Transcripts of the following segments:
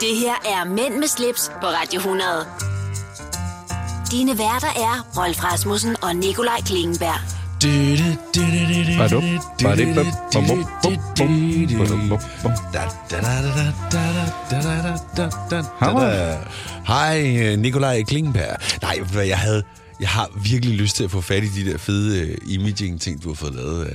Det her er Mænd med slips på Radio 100. Dine værter er Rolf Rasmussen og Nikolaj Klingenberg. Hvad Bado, badi, bum, bum, bum, bum, bum, bum, bum, bum. Hammer. Hej, øh, Nikolaj Klingberg. Nej, ved du hvad, jeg havde... Jeg har virkelig lyst til at få fat i de der fede uh, imaging-ting, du har fået lavet. Uh.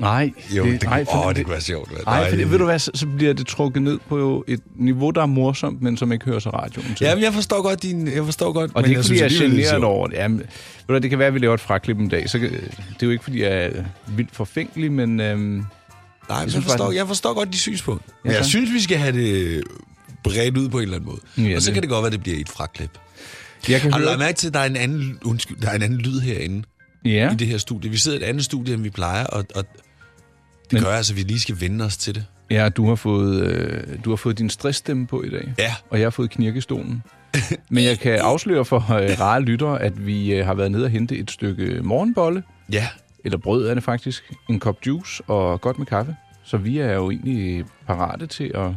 Nej, Jo, det, det, nej, for- åh, det kunne være sjovt. hvad? Nej, for det, ved du hvad, så, så bliver det trukket ned på jo et niveau, der er morsomt, men som ikke hører sig radioen til. Jamen, jeg forstår godt din... Jeg forstår godt, og det er ikke, fordi jeg er altså, alligevel, det generet sjovt. over det. Jamen, ved du hvad, det kan være, at vi laver et fraklip en dag. Så, kan- det er jo ikke, fordi jeg er vildt forfængelig, men øhm, Nej, men jeg, synes forstår, faktisk- jeg forstår godt de synspunkt. Men Ja, jeg tak. synes, vi skal have det bredt ud på en eller anden måde. Ja, og så det- kan det godt være, det bliver et fraklip. jeg kan Har du høre... lagt mærke til, at der er en anden, undskyld, der er en anden lyd herinde Ja, i det her studie? Vi sidder i et andet studie, end vi plejer, og, og det Men- gør altså, at vi lige skal vende os til det. ja du, har fået, øh, du har fået din stressstemme på i dag. Ja. Og jeg har fået knirkestolen. Men jeg kan afsløre for øh, rare lyttere, at vi øh, har været nede og hente et stykke morgenbolle, Ja. eller brød er det faktisk, en kop juice og godt med kaffe. Så vi er jo egentlig parate til at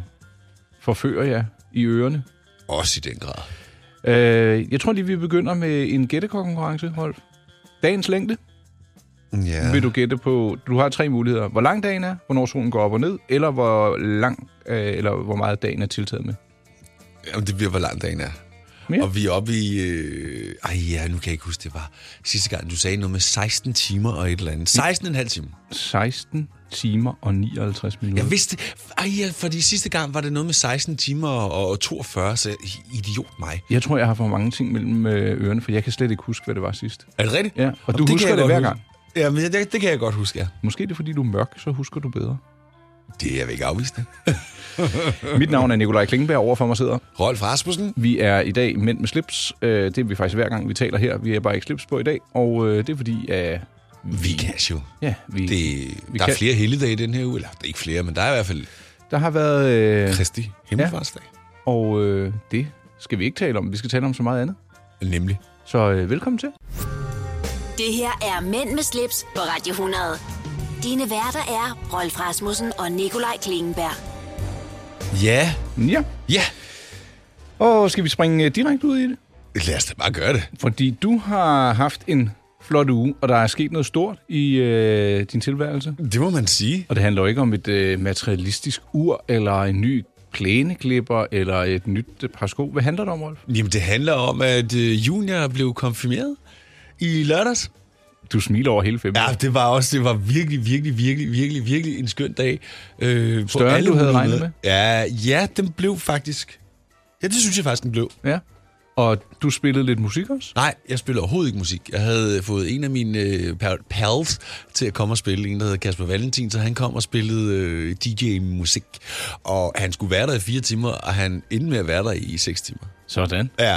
forføre jer i ørerne. Også i den grad. Øh, jeg tror lige, vi begynder med en gættekonkurrence, Rolf. Dagens længde Ja. vil du gætte på. Du har tre muligheder. Hvor lang dagen er, hvornår solen går op og ned, eller hvor lang øh, eller hvor meget dagen er tiltaget med. Jamen, det bliver, hvor lang dagen er. Mere? Og vi er oppe i... Øh... Ej ja, nu kan jeg ikke huske, det var sidste gang, du sagde noget med 16 timer og et eller andet. 16,5 timer. 16 timer og 59 minutter. Jeg vidste... Ej ja, fordi sidste gang var det noget med 16 timer og, og 42, så idiot mig. Jeg tror, jeg har for mange ting mellem øh, ørerne, for jeg kan slet ikke huske, hvad det var sidst. Er det rigtigt? Ja, og du kan husker jeg det godt hver huske. gang. Jamen, det, det, det kan jeg godt huske, ja. Måske er det, fordi du er mørk, så husker du bedre. Det er jeg vil ikke afvise det. Mit navn er Nikolaj Klingberg, overfor mig sidder. Rolf Rasmussen. Vi er i dag mænd med slips. Øh, det er vi faktisk hver gang, vi taler her. Vi er bare ikke slips på i dag, og øh, det er fordi, at... Vi kan jo. Ja, vi, Det, Vi der er kan- flere helligdage i den her uge. Eller der er ikke flere, men der er i hvert fald der har været... Øh, Kristi Himmelfartsdag. og øh, det skal vi ikke tale om. Vi skal tale om så meget andet. Nemlig. Så øh, velkommen til. Det her er Mænd med slips på Radio 100. Dine værter er Rolf Rasmussen og Nikolaj Klingenberg. Ja. Ja. Ja. Og skal vi springe øh, direkte ud i det? Lad os da bare gøre det. Fordi du har haft en flot uge, og der er sket noget stort i øh, din tilværelse. Det må man sige. Og det handler jo ikke om et øh, materialistisk ur, eller en ny plæneklipper, eller et nyt øh, par sko. Hvad handler det om, Rolf? Jamen, det handler om, at øh, junior blev konfirmeret i lørdags. Du smiler over hele fem. Ja, det var også, det var virkelig, virkelig, virkelig, virkelig, virkelig en skøn dag. Øh, på Større, end du havde mulige regnet måder. Ja, ja, den blev faktisk... Ja, det synes jeg faktisk, den blev. ja. Og du spillede lidt musik også? Nej, jeg spiller overhovedet ikke musik. Jeg havde øh, fået en af mine øh, pal- pals til at komme og spille, en der hedder Kasper Valentin, så han kom og spillede øh, DJ-musik. Og han skulle være der i fire timer, og han endte med at være der i seks timer. Sådan. Ja,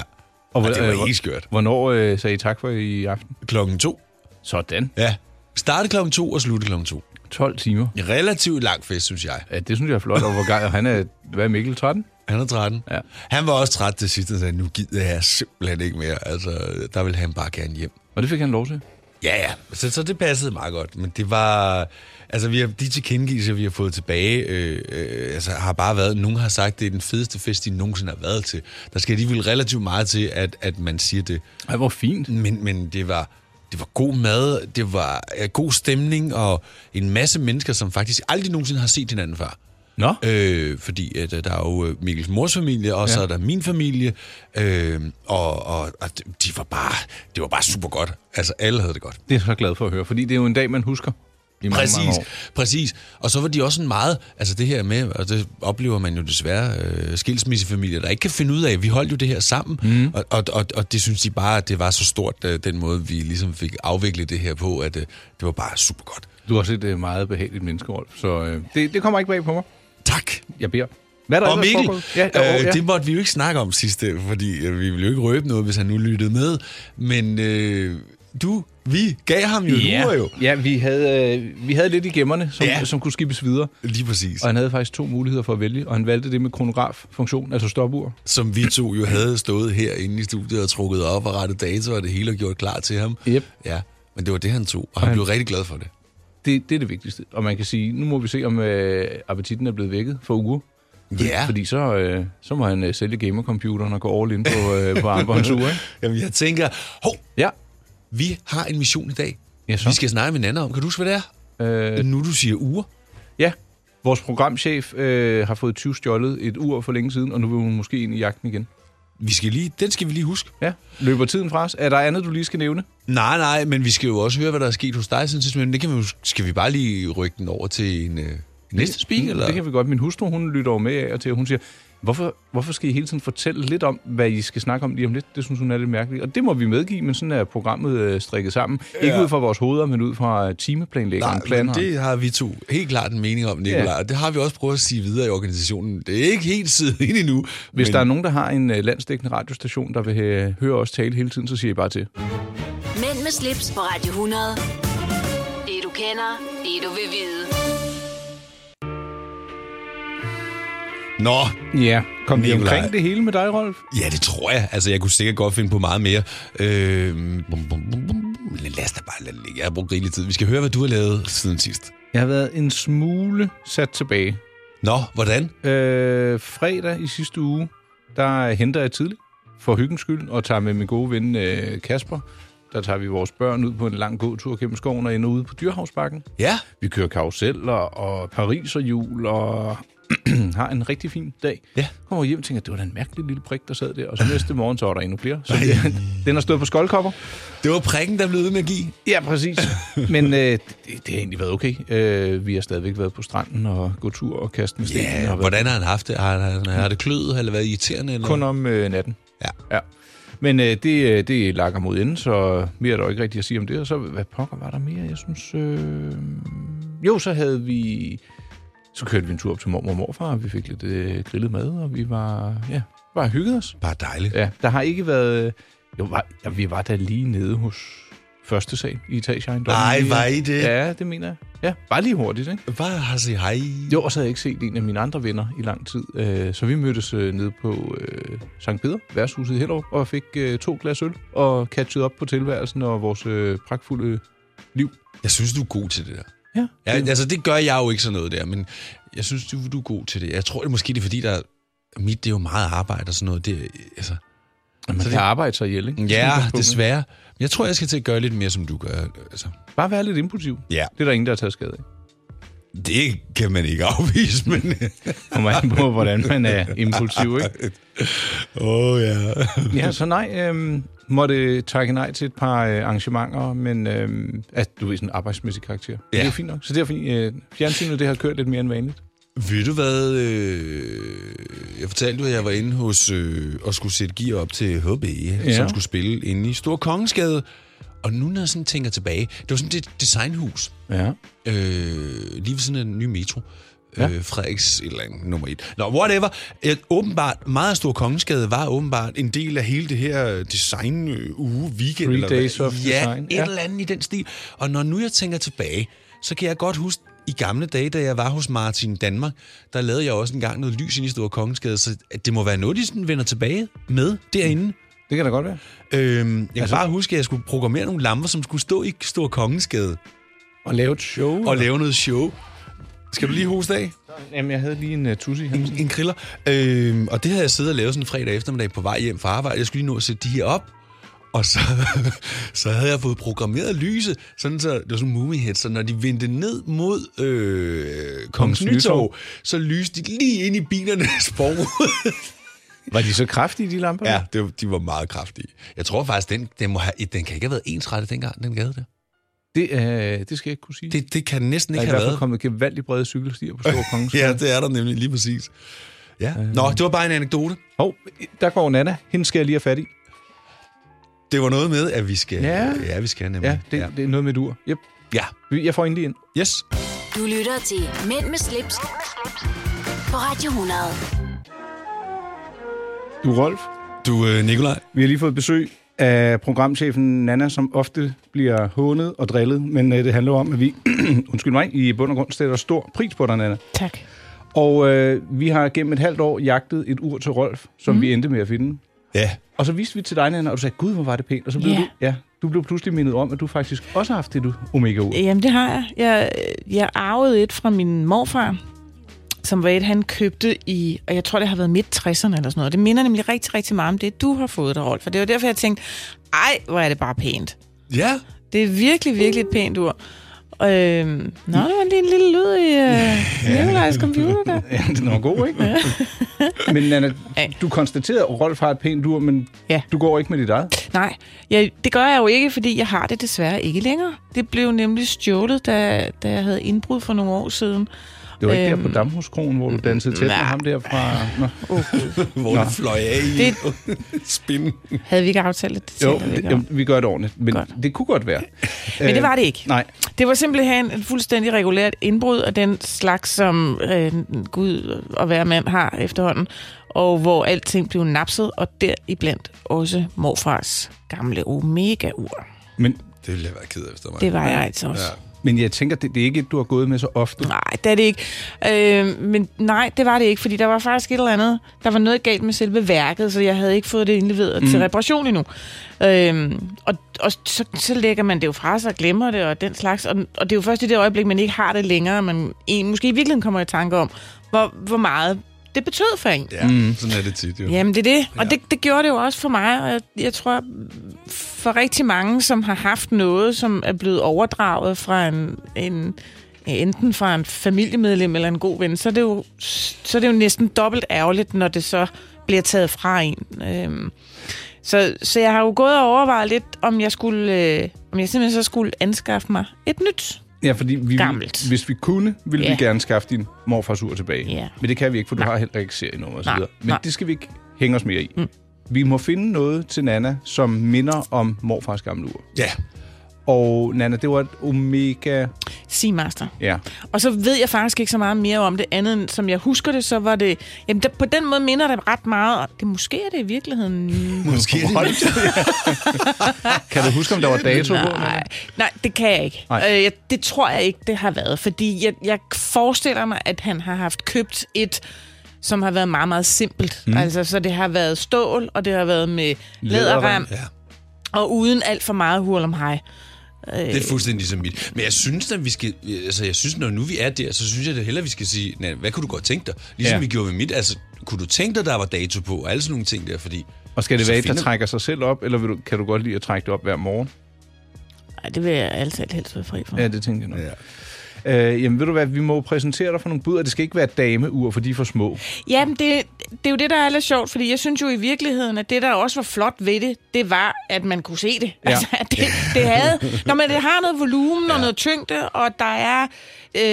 og, øh, og det var helt skørt. Hvornår øh, sagde I tak for i aften? Klokken to. Sådan. Ja, starte klokken to og slutte klokken to. 12 timer. En relativt lang fest, synes jeg. Ja, det synes jeg er flot, og hvor gej, og han er, hvad er Mikkel, 13? Han er 13. Ja. Han var også træt til sidst, og sagde, nu gider jeg simpelthen ikke mere. Altså, der ville han bare gerne hjem. Og det fik han lov til. Ja, ja. Så, så det passede meget godt. Men det var... Altså, vi har, de tilkendegivelser, vi har fået tilbage, øh, øh, altså, har bare været... Nogen har sagt, det er den fedeste fest, de nogensinde har været til. Der skal alligevel relativt meget til, at, at man siger det. Ej, hvor fint. Men, men det var... Det var god mad, det var øh, god stemning, og en masse mennesker, som faktisk aldrig nogensinde har set hinanden før. Nå, Øh, fordi at, øh, der er jo øh, Mikkels mors familie, og ja. så Ja. er der min familie, øh, og, og, og de- de var bare, det var bare super godt. Altså, alle havde det godt. det er jeg så glad for at høre, fordi det er jo en dag, man husker. I mange, Præcis, Mange år. præcis. Og så var de også en meget, altså det her med, og det oplever man jo desværre, øh, skilsmissefamilier, der ikke kan finde ud af, vi holdt jo det her sammen, Mhm. mm. og, og, og, og det synes de bare, at det var så stort, øh, den måde vi ligesom fik afviklet det her på, at øh, det var bare super godt. Du er også et øh, meget behageligt menneske, Rolf, så øh, det, det kommer ikke bag på mig. Tak! Jeg beder. Hvad er der Og ellers Mikkel, foregået? ja, Ja, øh, øh, ja. det måtte vi jo ikke snakke om sidste, fordi øh, vi ville jo ikke røbe noget, hvis han nu lyttede med. Men øh, du, vi gav ham jo yeah. jo. ja vi, havde, øh, vi havde lidt i gemmerne, som, Ja. ja. som kunne skibes videre. Lige præcis. Og han havde faktisk to muligheder for at vælge, og han valgte det med kronograf-funktion, altså stopur. Som vi to jo havde stået herinde i studiet og trukket op og rettet data og det hele og gjort klar til ham. Yep. Ja, men det var det, han tog, og han han- blev rigtig glad for det. Det, det er det vigtigste. Og man kan sige, nu må vi se, om øh, appetitten er blevet vækket for uger. Ja. Fordi så, øh, så må han øh, sælge gamercomputeren og gå all in på, øh, på armbåndsure, ikke? Jamen, jeg tænker, hov, Ja. vi har en mission i dag. Ja, så. Vi skal snakke med hinanden om, kan du huske, hvad det er? Øh, Nu du siger uger. ja. Vores programchef øh, har fået 20 stjålet et ur for længe siden, og nu vil hun måske ind i jagten igen. Vi skal lige, den skal vi lige huske. Ja. Løber tiden fra os? Er der andet, du lige skal nævne? Nej, nej, men vi skal jo også høre, hvad der er sket hos dig siden sidst, men det kan vi, jo- skal vi bare lige rykke den over til en øh, næste speak, eller? Det kan vi godt. Min hustru, hun lytter jo med af og til, og hun siger, hvorfor, hvorfor skal I hele tiden fortælle lidt om, hvad I skal snakke om lige om lidt? Det synes hun er lidt mærkeligt. Og det må vi medgive, men sådan er programmet øh, strikket sammen. Ja. Ikke ud fra vores hoveder, men ud fra øh, timeplanlæggeren. Nej, men planeren. det har vi to helt klart en mening om, Nicolaj, Ja. og det har vi også prøvet at sige videre i organisationen. Det er ikke helt siddet ind endnu. Hvis men der er nogen, der har en øh, landsdækkende radiostation, der vil øh, høre os tale hele tiden, så siger I bare til. Mænd med slips på Radio 100. Det du kender, det du vil vide. Nå, Ja, kom vi Nikolaj. omkring det hele med dig, Rolf? ja, det tror jeg. Altså, jeg kunne sikkert godt finde på meget mere. Øh, bum, bum, bum, bum. Lad os da bare lade det ligge. Jeg har brugt rigelig tid. Vi skal høre, hvad du har lavet siden sidst. Jeg har været en smule sat tilbage. Nå, hvordan? Øh, fredag i sidste uge, der henter jeg tidligt for hyggens skyld, og tager med min gode ven øh, Kasper. Der tager vi vores børn ud på en lang gåtur gennem skoven og ender ude på Dyrhavsbakken. Ja, Vi kører karuseller og Paris og jul og har en rigtig fin dag. Ja. Kommer hjem og tænker, det var da en mærkelig lille prik, der sad der. Og så næste morgen, så var der endnu flere. Så det, den har stået på skoldkopper. det var prikken, der blev ved med at give. Ja, præcis. Men øh, det, det har egentlig været okay. Øh, vi har stadigvæk været på stranden og gå tur og kaste med sten. Ja, og været hvordan har han haft det? Har, han, har det kløet, eller været irriterende? Eller? Kun om øh, natten. Mm. Ja. ja. Men øh, det, øh, det lakker mod enden, så mere er der jo ikke rigtigt at sige om det. Og så, hvad pokker var der mere? Jeg synes... Øh... Jo, så havde vi... Så kørte vi en tur op til mormor og morfar, og vi fik lidt øh, grillet mad, og vi var... Ja, bare hygget os. Bare dejligt. Ja, der har ikke været... øh, Jo, var, ja, vi var da lige nede hos første sal i etageejendommen. Nej, Lige- var I det? Ja, det mener jeg. Ja, bare lige hurtigt, ikke? Bare har sige hej. Jo, og så havde jeg ikke set en af mine andre venner i lang tid. Øh, Så vi mødtes øh, nede på øh, Sankt Peter, værtshuset i Hellerup, og fik øh, to glas øl og catchede op på tilværelsen og vores øh, pragtfulde liv. Jeg synes, du er god til det der. Ja, Ja, det, altså, det gør jeg jo ikke sådan noget der, men jeg synes, du, du er god til det. Jeg tror, det er måske det er, fordi, der, mit det er jo meget arbejde og sådan noget. Det, er- altså, man så kan det- arbejde sig ihjel, ikke? ja, Sådan på, desværre. Men jeg tror, jeg skal til at gøre lidt mere, som du gør. Altså, ikke? Bare være lidt impulsiv. ja, Det er der ingen, der har taget skade af. det kan man ikke afvise, men... Kommer an på, hvordan man er impulsiv, ikke? Åh, oh, ja. Ja, så nej, øhm, måtte takke nej til et par øh, arrangementer, men øhm, at du ved, sådan arbejdsmæssig karakter. Ja. Det er jo fint nok. Så derfor, øh, fjernsynet det har kørt lidt mere end vanligt. Ved du hvad? Øh, jeg fortalte jo, at jeg var inde hos øh, og skulle sætte gear op til HB, ja. Ja. som skulle spille inde i Stor Kongensgade. Og nu, når jeg sådan tænker tilbage, det var sådan et designhus, Ja. øh, lige ved siden af den nye metro. Ja. Øh, Frederiks et eller andet, nummer et. Nå, whatever. Øh, åbenbart, meget stor kongensgade var åbenbart en del af hele det her øh, design øh, uge, weekend. Three eller hvad- days of ja, design. et Ja. eller andet i den stil. Og når nu jeg tænker tilbage, så kan jeg godt huske, i gamle dage, da jeg var hos Martin Danmark, der lavede jeg også engang noget lys ind i Store Kongensgade, så at det må være noget, de sådan vender tilbage med derinde. Det kan da godt være. Øhm, jeg kan altså, bare huske, at jeg skulle programmere nogle lamper, som skulle stå i Store Kongensgade Og lave et show. og lave noget show. Skal du lige hoste af? Jamen, jeg havde lige en uh, tussi her. En kriller. Øhm, og det havde jeg siddet og lavet sådan en fredag eftermiddag på vej hjem fra arbejde. Jeg skulle lige nå at sætte de her op. Og så, så havde jeg fået programmeret lyse, sådan så, det var sådan en head, så når de vendte ned mod øh, Kongens Nytorv, Nytorv, så lyste de lige ind i bilernes forud. Var de så kraftige, de lamper? ja, det, var- de var meget kraftige. Jeg tror faktisk, den, den, må have, den kan ikke have været ensrettet dengang, den gade der. Det, uh, det skal jeg ikke kunne sige. Det Det, det kan den næsten der er ikke i have hvert været. fald kommet gevaldigt brede cykelstier på Store Kongens. Ja, det er der nemlig lige præcis. Ja. Nå, det var bare en anekdote. Hov, der går Nana. Hende skal jeg lige have fat i. Det var noget med, at vi skal... Ja. ja vi skal nemlig. Ja, det, ja. det er noget med et ur. Yep. ja. Vi- Jeg får hende lige ind. Yes. Du lytter til Mænd med slips, på Radio 100. Du, Rolf. Du, øh, Nikolaj. Vi har lige fået besøg af programchefen Nana, som ofte bliver hånet og drillet, men øh, det handler jo om, at vi, undskyld mig, i bund og grund sætter stor pris på dig, Nana. Tak. Og øh, vi har gennem et halvt år jagtet et ur til Rolf, som mm. vi endte med at finde. Ja. Og så viste vi til dig, Nana, og du sagde, gud, hvor var det pænt. Og så blev Ja. du, ja, du blev pludselig mindet om, at du faktisk også har haft det du omega ur Jamen, det har jeg. Jeg, jeg arvede et fra min morfar, som Wade han købte i, og jeg tror, det har været midt 60'erne eller sådan noget. Det minder nemlig rigtig, rigtig meget om det, du har fået der, Rolf. For det var derfor, jeg tænkte, ej, hvor er det bare pænt. Ja. Det er virkelig, virkelig et pænt ur. Øhm, nå, der var lige en lille lyd i øh, Nikolajs computer der. Ja, den var god, ikke? men Nana, Ja. du konstaterede, at Rolf har et pænt ur, men Ja. du går ikke med dit eget. Nej, jeg, det gør jeg jo ikke, fordi jeg har det desværre ikke længere. Det blev nemlig stjålet, da, da jeg havde indbrud for nogle år siden. Det var ikke der Øhm. på Damhuskronen, hvor du dansede tæt med Nej. ham der fra... Nå. Hvor Nå. det fløj af i Det- spinden. Havde vi ikke aftalt, at det Jo, taler vi ikke om? jamen, vi gør det ordentligt, men Godt. det kunne godt være. Men det var det ikke. Nej, Det var simpelthen et fuldstændig regulært indbrud af den slags, som øh, Gud og hver mand har efterhånden, og hvor alting blev napset, og deriblandt også morfars gamle Omega-ur. men, Det ville jeg være ked af, hvis det var mig. Det var jeg altså også. Ja. men jeg tænker, det, det er ikke et, du har gået med så ofte. Nej, det er det ikke. Øh, men nej, det var det ikke, fordi der var faktisk et eller andet. Der var noget galt med selve værket, så jeg havde ikke fået det indleveret mm. til reparation endnu. Øh, og og så, så lægger man det jo fra sig og glemmer det og den slags. Og, og det er jo først i det øjeblik, man ikke har det længere, man en, måske i virkeligheden kommer i tanke om, hvor, hvor meget det betød for en. Ja, mm. sådan er det tit jo. Jamen, det er det. Og det, det gjorde det jo også for mig, og jeg, jeg tror, for rigtig mange, som har haft noget, som er blevet overdraget fra en, en enten fra en familiemedlem eller en god ven, så er det jo, så er det jo næsten dobbelt ærgerligt, når det så bliver taget fra en. Øhm, så, så jeg har jo gået og overvejet lidt, om jeg skulle, øh, om jeg simpelthen så skulle anskaffe mig et nyt. Ja, fordi vi, Gammelt. hvis vi kunne, ville Ja. vi gerne skaffe din morfars ur tilbage. Ja. Men det kan vi ikke, for du har heller ikke serienummer og så Nej, videre. Men nej. det skal vi ikke hænge os mere i. Mm. Vi må finde noget til Nana, som minder om morfars gamle ur. Ja. Og Nana, det var et omega... Seamaster. Ja, Og så ved jeg faktisk ikke så meget mere om det andet, end som jeg husker det, så var det... Jamen, der, på den måde minder det ret meget. Og det, måske er det i virkeligheden... Måske er det kan du huske, om der var dato på? Nej, nej, det kan jeg ikke. Nej. Øh, jeg, det tror jeg ikke, det har været. Fordi jeg, jeg forestiller mig, at han har haft købt et som har været meget, meget simpelt. Mm. Altså, så det har været stål, og det har været med læderrem, Ja. og uden alt for meget hurl om hej. Det er fuldstændig som mit. Men jeg synes, at vi skal, altså, jeg synes, når nu vi er der, så synes jeg da hellere, vi skal sige, "Nana, hvad kunne du godt tænke dig? Ligesom Ja. ja. vi gjorde ved mit, altså, kunne du tænke dig, der var dato på, og alle sådan nogle ting der, fordi... Og skal det Så være et, der finder- trækker sig selv op, eller vil du, kan du godt lide at trække det op hver morgen? Ej, det vil jeg altid helst være fri for. Ja, det tænker jeg nok. Ja. Øh, jamen, ved du hvad, vi må jo præsentere dig for nogle bud, og det skal ikke være dameur, for de er for små. Ja, men det, det er jo det, der er lidt sjovt, fordi jeg synes jo i virkeligheden, at det, der også var flot ved det, det var, at man kunne se det. Ja. Ja. Altså, at det, det havde... Når man det har noget volumen og noget tyngde, og der er... Øh,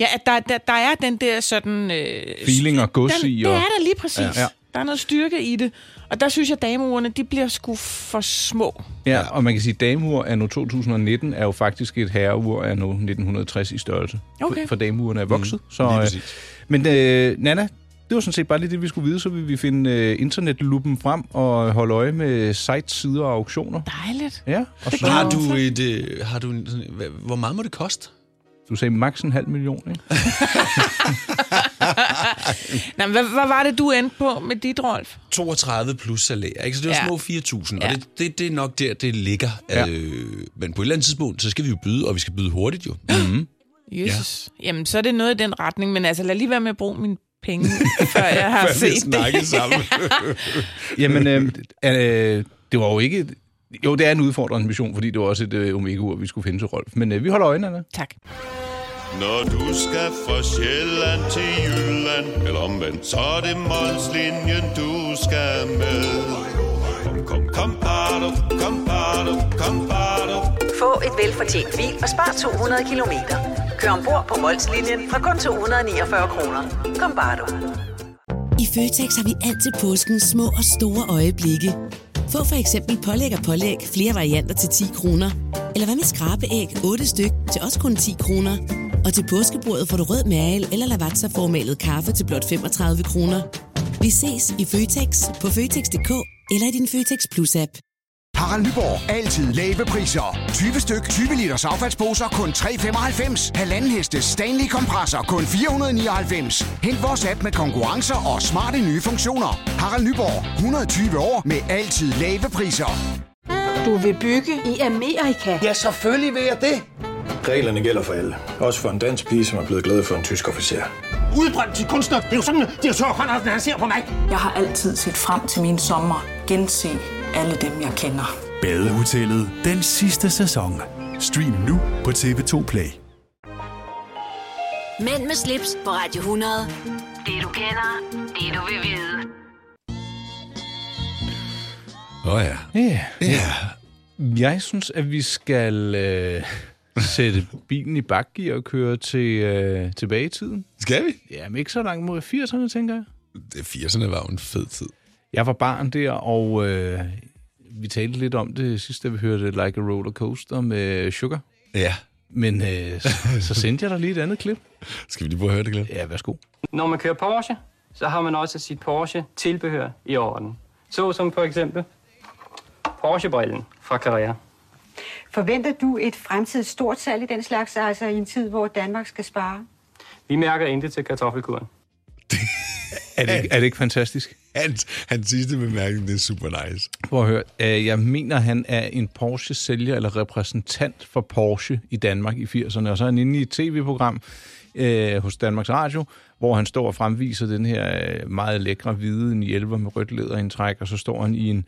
ja, at der, der, der er den der sådan... Øh, Feeling og gods den, i, det er og der lige præcis. Ja. Ja. Ja. Der er noget styrke i det. Og der synes jeg, at dameurene, de bliver sgu for små. Ja, og man kan sige, at dameur anno 2019 er jo faktisk et herreur anno 1960 i størrelse. Okay. For, for dameurene er vokset. Mm, så, lige øh, præcis. men øh, Nana, det var sådan set bare lige det, vi skulle vide. Så vil vi finde øh, internetluppen frem og holde øje med sites, sider og auktioner. Dejligt. Ja, og Det så, glæder Har mig. du et... Øh, har du en, sådan, hvad, hvor meget må det koste? du sagde maks en halv million, ikke? Nå, men hvad, hvad var det, du endte på med dit, Rolf? 32 plus salær, ikke? Så det er Ja. jo små 4.000, ja. Ja. og det, det, det er nok der, det ligger. Ja. Ja. Øh, men på et eller andet tidspunkt, så skal vi jo byde, og vi skal byde hurtigt jo. Mm-hmm. Jesus. Ja. Jamen, så er det noget i den retning, men altså lad lige være med at bruge mine penge, før jeg har set det. snakke sammen. Jamen, øh, øh, det var jo ikke... et- Jo, det er en udfordrende mission, fordi det var også et øh, omega-ur, vi skulle finde til Rolf. Men øh, vi holder øje, Nana. Tak. Når du skal fra Sjælland til Jylland Eller omvendt, så er det Molslinjen, du skal med Kom, kom, kom, bado, kom, bado, kom, bado. Få et velfortjent bil og spar 200 kilometer. Kør ombord på Molslinjen fra kun 249 kroner. Kom bare du. I Føtex har vi altid påsken små og store øjeblikke. Få for eksempel pålæg og pålæg flere varianter til 10 kroner. Eller hvad med skrabeæg 8 styk til også kun 10 kroner. Og til påskebordet får du rød mal eller lavatserformalet kaffe til blot 35 kroner. Vi ses i Føtex på Føtex.dk eller i din Føtex Plus-app. Harald Nyborg. Altid lave priser. 20 styk, 20 liters affaldsposer kun 3,95. Halvanden heste Stanley kompresser kun 499. Hent vores app med konkurrencer og smarte nye funktioner. Harald Nyborg. 120 år med altid lave priser. Du vil bygge i Amerika? Ja, selvfølgelig vil jeg det. Reglerne gælder for alle. Også for en dansk pige, som er blevet glad for en tysk officer. udbrændt til kunstner. Det er jo sådan, direktør Conradsen, han ser på mig. Jeg har altid set frem til min sommer, gense alle dem, jeg kender. Badehotellet den sidste sæson. Stream nu på TV2 Play. Mænd med slips på Radio 100. Det du kender, det du vil vide. Åh oh, ja. Ja. Ja. Jeg synes, at vi skal øh, sætte bilen i bakgear og køre til, øh, tilbage i tiden. Skal vi? Jamen ikke så langt mod 80'erne, tænker jeg. Det 80'erne var jo en fed tid. Jeg var barn der, og øh, vi talte lidt om det sidst, da vi hørte Like a Roller Coaster med Sugar. Ja. Men øh, så, så sendte jeg dig lige et andet klip. Skal vi lige prøve at høre det, Glenn? Ja, værsgo. Når man kører Porsche, så har man også sit Porsche-tilbehør i orden. Så som for eksempel Porsche-brillen fra Carrera. Forventer du et fremtidigt stort salg i den slags, altså i en tid, hvor Danmark skal spare? Vi mærker intet til kartoffelkuren. Er det, ikke- er det ikke fantastisk? Hans, hans sidste bemærkning, det er super nice. Prøv at høre. Øh, Jeg mener, han er en Porsche-sælger eller repræsentant for Porsche i Danmark i 80'erne. Og så er han inde i et tv-program øh, hos Danmarks Radio, hvor han står og fremviser den her øh, meget lækre hvide 911 med rødt læderindtræk, og så står han i en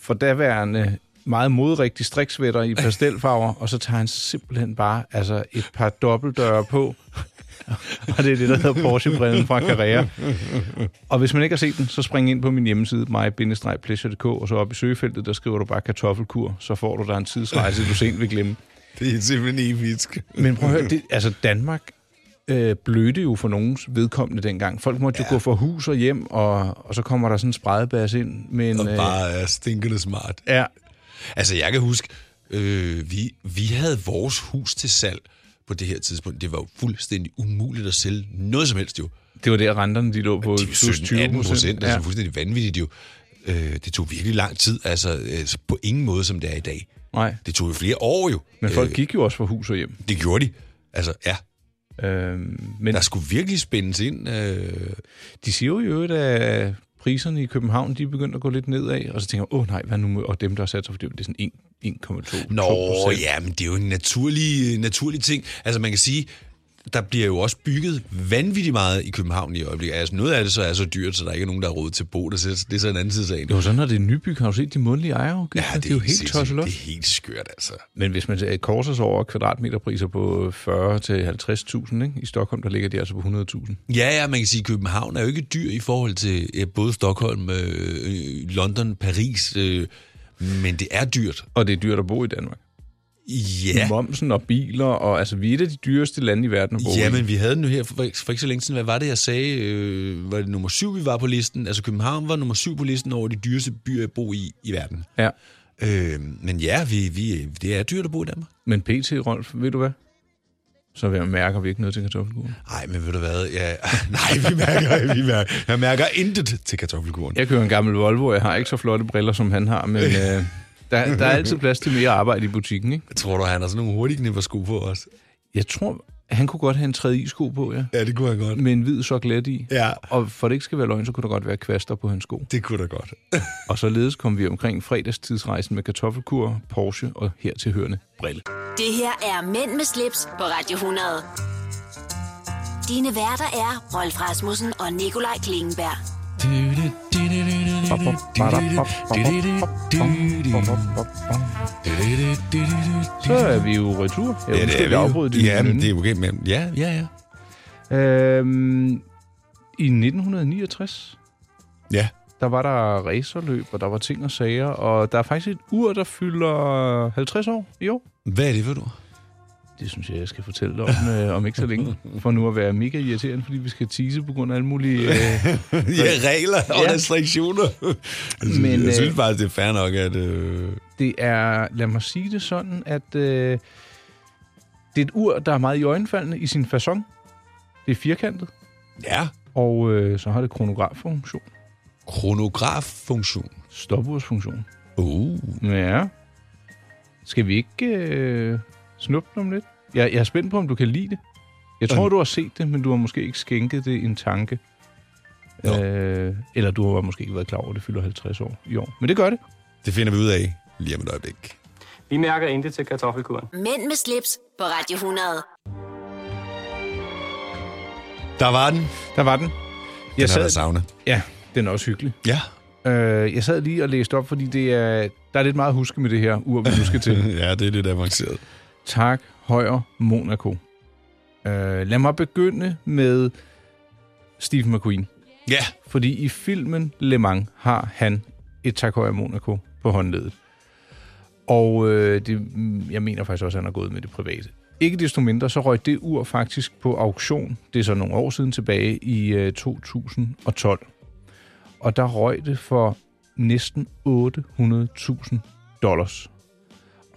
for daværende meget modrig distriktsvætter i pastelfarver, og så tager han simpelthen bare altså et par dobbeltdøre på, og det er det, der hedder Porsche-brillen fra Carrera. Og hvis man ikke har set den, så spring ind på min hjemmeside, my-pleasure.dk, og så op i søgefeltet, der skriver du bare kartoffelkur, så får du der en tidsrejse, du sent vil glemme. Det er simpelthen episk. Men prøv at høre, det, altså Danmark øh, blødte jo for nogens vedkommende dengang. Folk måtte ja. jo gå fra hus og hjem, og, og så kommer der sådan en spredebas ind med en... Og øh, bare er stinkende smart. Ja, Altså, jeg kan huske, øh, vi, vi havde vores hus til salg på det her tidspunkt. Det var jo fuldstændig umuligt at sælge noget som helst jo. det var der, renterne de lå på Det er jo 17-18 procent, altså Ja. fuldstændig vanvittigt jo. Øh, det tog virkelig lang tid, altså øh, så på ingen måde, som det er i dag. Nej, Det tog jo flere år jo. men folk gik jo også fra hus og hjem. Det gjorde de. Altså, ja, Øh, men der skulle virkelig spændes ind. Øh, De siger jo i øvrigt, at priserne i København, de er begyndt at gå lidt nedad, og så tænker jeg, åh nej, hvad nu, med-" og dem, der har sat sig for det, det er sådan 1, 1,2 Nå, 2 procent. ja, men det er jo en naturlig, øh, naturlig ting. Altså man kan sige, der bliver jo også bygget vanvittigt meget i København i øjeblikket. Altså noget af det så er så dyrt, så der ikke er nogen, der har råd til at bo der. Så det er så en anden side af sagen. Jo, så når det er nybyg, har du set de mundlige ejere? Ja, det, det er jo helt sindssygt. tosset Det er luft. helt skørt, altså. Men hvis man øh, korser sig over kvadratmeterpriser på 40 til 50.000, ikke? i Stockholm, der ligger de altså på 100.000. Ja, ja, man kan sige, at København er jo ikke dyr i forhold til øh, både Stockholm, øh, øh, London, Paris, øh, men det er dyrt. Og det er dyrt at bo i Danmark. Ja. Momsen og biler, og altså vi er et af de dyreste lande i verden at bo Ja, i. men vi havde den jo her for, for ikke så længe siden. Hvad var det, jeg sagde? Øh, var det nummer syv, vi var på listen? Altså København var nummer syv på listen over de dyreste byer at bo i i verden. Ja. Øh, men ja, vi, vi, det er dyrt at bo i Danmark. Men PT, Rolf, ved du hvad? Så vil jeg mærke, at vi ikke er nødt til kartoffelkuren. Nej, men ved du hvad? Ja, nej, vi mærker, vi mærker, jeg mærker intet til kartoffelkuren. Jeg kører en gammel Volvo, jeg har ikke så flotte briller, som han har, men øh, der, der er altid plads til mere arbejde i butikken. Ikke? Jeg tror du, han har sådan nogle hurtige knipper sko på os? Jeg tror, han kunne godt have en tredje isko på, ja. Ja, det kunne han godt. Med en hvid chokolat i. Ja. Og for det ikke skal være løgn, så kunne der godt være kvaster på hans sko. Det kunne da godt. Og således kom vi omkring fredagstidsrejsen med kartoffelkur, Porsche og hertilhørende brille. Det her er Mænd med slips på Radio 100. Dine værter er Rolf Rasmussen og Nikolaj Klingenberg. Så er vi jo retur. Jeg ja, det er vi afbryde din Ja, men veninde. det er jo okay, men ja, ja, ja. Øhm, I 1969, Ja, der var der racerløb, og der var ting og sager, og der er faktisk et ur, der fylder 50 år i år. hvad er det for du? Det synes jeg, jeg skal fortælle dig om, øh, om ikke så længe. For nu at være mega irriterende, fordi vi skal tease på grund af alle mulige... Øh, ja, regler og Ja. restriktioner. Men, Men, jeg øh, synes faktisk, det er fair nok, at... Øh, det er, lad mig sige det sådan, at øh, det er et ur, der er meget i øjenfaldende i sin façon. Det er firkantet, ja, og øh, så har det kronograffunktion, kronograffunktion. stopursfunktion. Uh. Ja. Skal vi ikke øh, snuppe den om lidt? Jeg, jeg er spændt på, om du kan lide det. Jeg tror, du har set det, men du har måske ikke skænket det en tanke. Nå. Øh, eller du har måske ikke været klar over, at det fylder 50 år i år. Men det gør det. Det finder vi ud af lige om et øjeblik. Vi mærker intet til kartoffelkuren. Mænd med slips på Radio 100. Der var den. Der var den. har været savnet. Ja, den er også hyggelig. Ja. Øh, jeg sad lige og læste op, fordi det er, der er lidt meget at huske med det her ur, vi nu skal til. ja, det er lidt avanceret. Tak, Højer, Monaco. Øh, lad mig begynde med Steve McQueen. Ja. Fordi i filmen Le Mans har han et tak, Højer, Monaco på håndledet. Og øh, det, mm, jeg mener faktisk også, at han har gået med det private. Ikke desto mindre, så røg det ur faktisk på auktion. Det er så nogle år siden tilbage i øh, 2012. Og der røg det for næsten 800.000 dollars.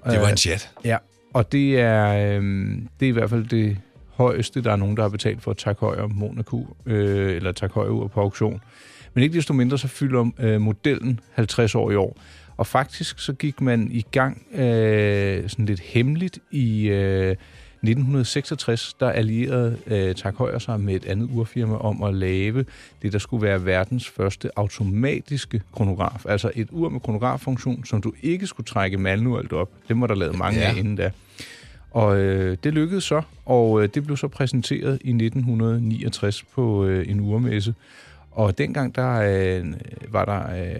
Det var Øh, en chat. Ja, og det er, øhm, det er i hvert fald det højeste, der er nogen, der har betalt for Tak Højer Monaco, øh, eller Tak Højer ur på auktion. Men ikke desto mindre, så fylder øh, modellen 50 år i år. Og faktisk så gik man i gang øh, sådan lidt hemmeligt i øh, 1966, der allierede øh, Tak Højer sig med et andet urfirma om at lave det, der skulle være verdens første automatiske kronograf. Altså et ur med kronograffunktion, som du ikke skulle trække manuelt op. Det var der lavet mange Ja. ja. af inden da. Og øh, det lykkedes så, og øh, det blev så præsenteret i 1969 på øh, en urmesse. Og dengang der øh, var der øh,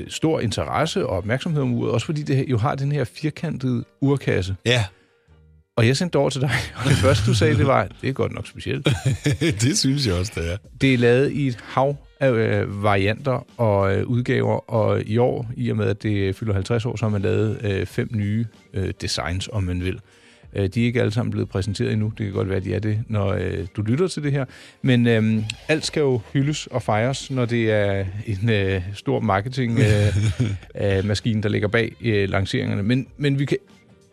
øh, stor interesse og opmærksomhed om uret, også fordi det jo har den her firkantede urkasse. Ja. Og jeg sendte det over til dig, og det første du sagde, det var, det er godt nok specielt. det synes jeg også, det er. Det er lavet i et hav af øh, varianter og øh, udgaver, og i år, i og med at det fylder 50 år, så har man lavet øh, fem nye øh, designs, om man vil. Øh, de er ikke alle sammen blevet præsenteret endnu, det kan godt være, de er det, når øh, du lytter til det her. Men øh, alt skal jo hyldes og fejres, når det er en øh, stor marketingmaskine, øh, øh, maskine, der ligger bag øh, lanceringerne. Men, men vi kan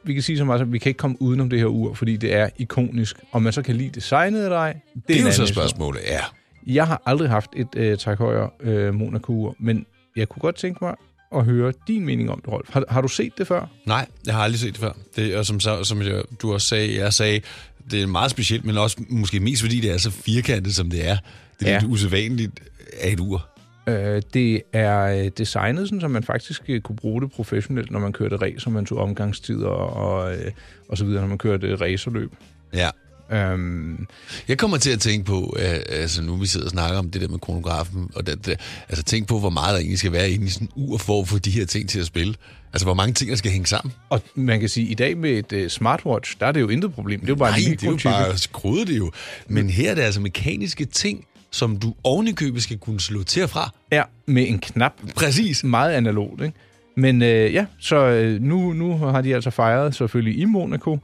vi kan sige så meget, at vi kan ikke komme udenom det her ur, fordi det er ikonisk. Om man så kan lide designet eller ej, det er, Det er en jo anden så historie. spørgsmålet, ja. Jeg har aldrig haft et øh, Tak Højer øh, Monaco-ur, men jeg kunne godt tænke mig at høre din mening om det, Rolf. Har, har du set det før? Nej, jeg har aldrig set det før. Det, og som, så- som jeg, du også sagde, jeg sagde, det er meget specielt, men også måske mest fordi det er så firkantet, som det er. Det er ja. Ja. lidt usædvanligt af et ur. Øh, det er øh, designet, sådan, så man faktisk øh, kunne bruge det professionelt, når man kørte racer, man tog omgangstider og, øh, og så videre, når man kørte øh, racerløb. Ja. Øhm. Jeg kommer til at tænke på, øh, altså nu vi sidder og snakker om det der med kronografen, og det, det, altså tænk på, hvor meget der egentlig skal være inde i sådan en ur for at få de her ting til at spille. Altså hvor mange ting, der skal hænge sammen. Og man kan sige, at i dag med et øh, smartwatch, der er det jo intet problem. Det er jo bare Nej, en lille det er jo mikrochip. bare skruet det jo. Men her er det altså mekaniske ting, som du ovenikøbet skal kunne slå til og fra. Ja, med en knap. Præcis. Meget analogt, ikke? Men øh, ja, så øh, nu, nu har de altså fejret, selvfølgelig i Monaco,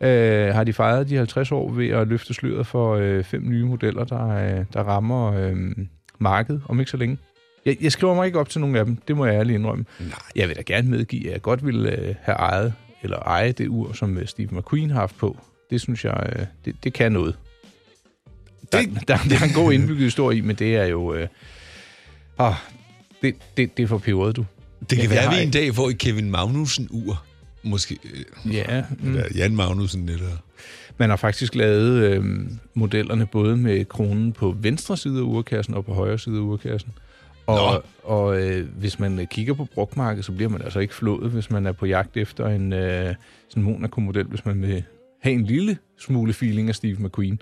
øh, har de fejret de 50 år ved at løfte sløret for øh, fem nye modeller, der, øh, der rammer øh, markedet om ikke så længe. Jeg, jeg skriver mig ikke op til nogen af dem, det må jeg ærligt indrømme. Nej. Jeg vil da gerne medgive, at jeg godt ville øh, have ejet, eller eje det ur, som øh, Steve McQueen har haft på. Det synes jeg, øh, det, det kan noget. Der, der, der er en god indbygget historie i, men det er jo... Øh, åh, det, det, det er for peberet, du. Det kan Jeg- jeg være, har at vi en ikke- dag får et Kevin Magnussen-ur. Måske. øh, Ja, mm. Eller Jan Magnussen, eller... Man har faktisk lavet øh, modellerne både med kronen på venstre side af urkassen og på højre side af urkassen. Og, og øh, hvis man øh, kigger på brugtmarkedet, så bliver man altså ikke flået, hvis man er på jagt efter en øh, sådan Monaco-model, hvis man vil have en lille smule feeling af Steve McQueen.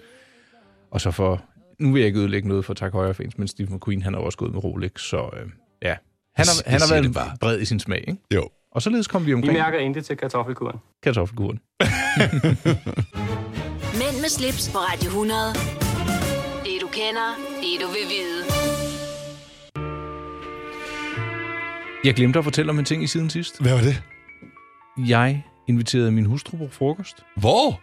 Og så for, nu vil jeg ikke ødelægge noget for Tak Højre fans, men Steve McQueen, han har også gået med Rolex, så øh, ja. Han Jeg har, han har siger været det bare. bred i sin smag, ikke? Jo. Og således kom vi I omkring mærker intet til kartoffelkuren. kartoffelkuren. Mænd med slips på Radio 100. Det du kender, det du vil vide. Jeg glemte at fortælle om en ting i siden sidst. Hvad var det? Jeg inviterede min hustru på frokost. Hvor?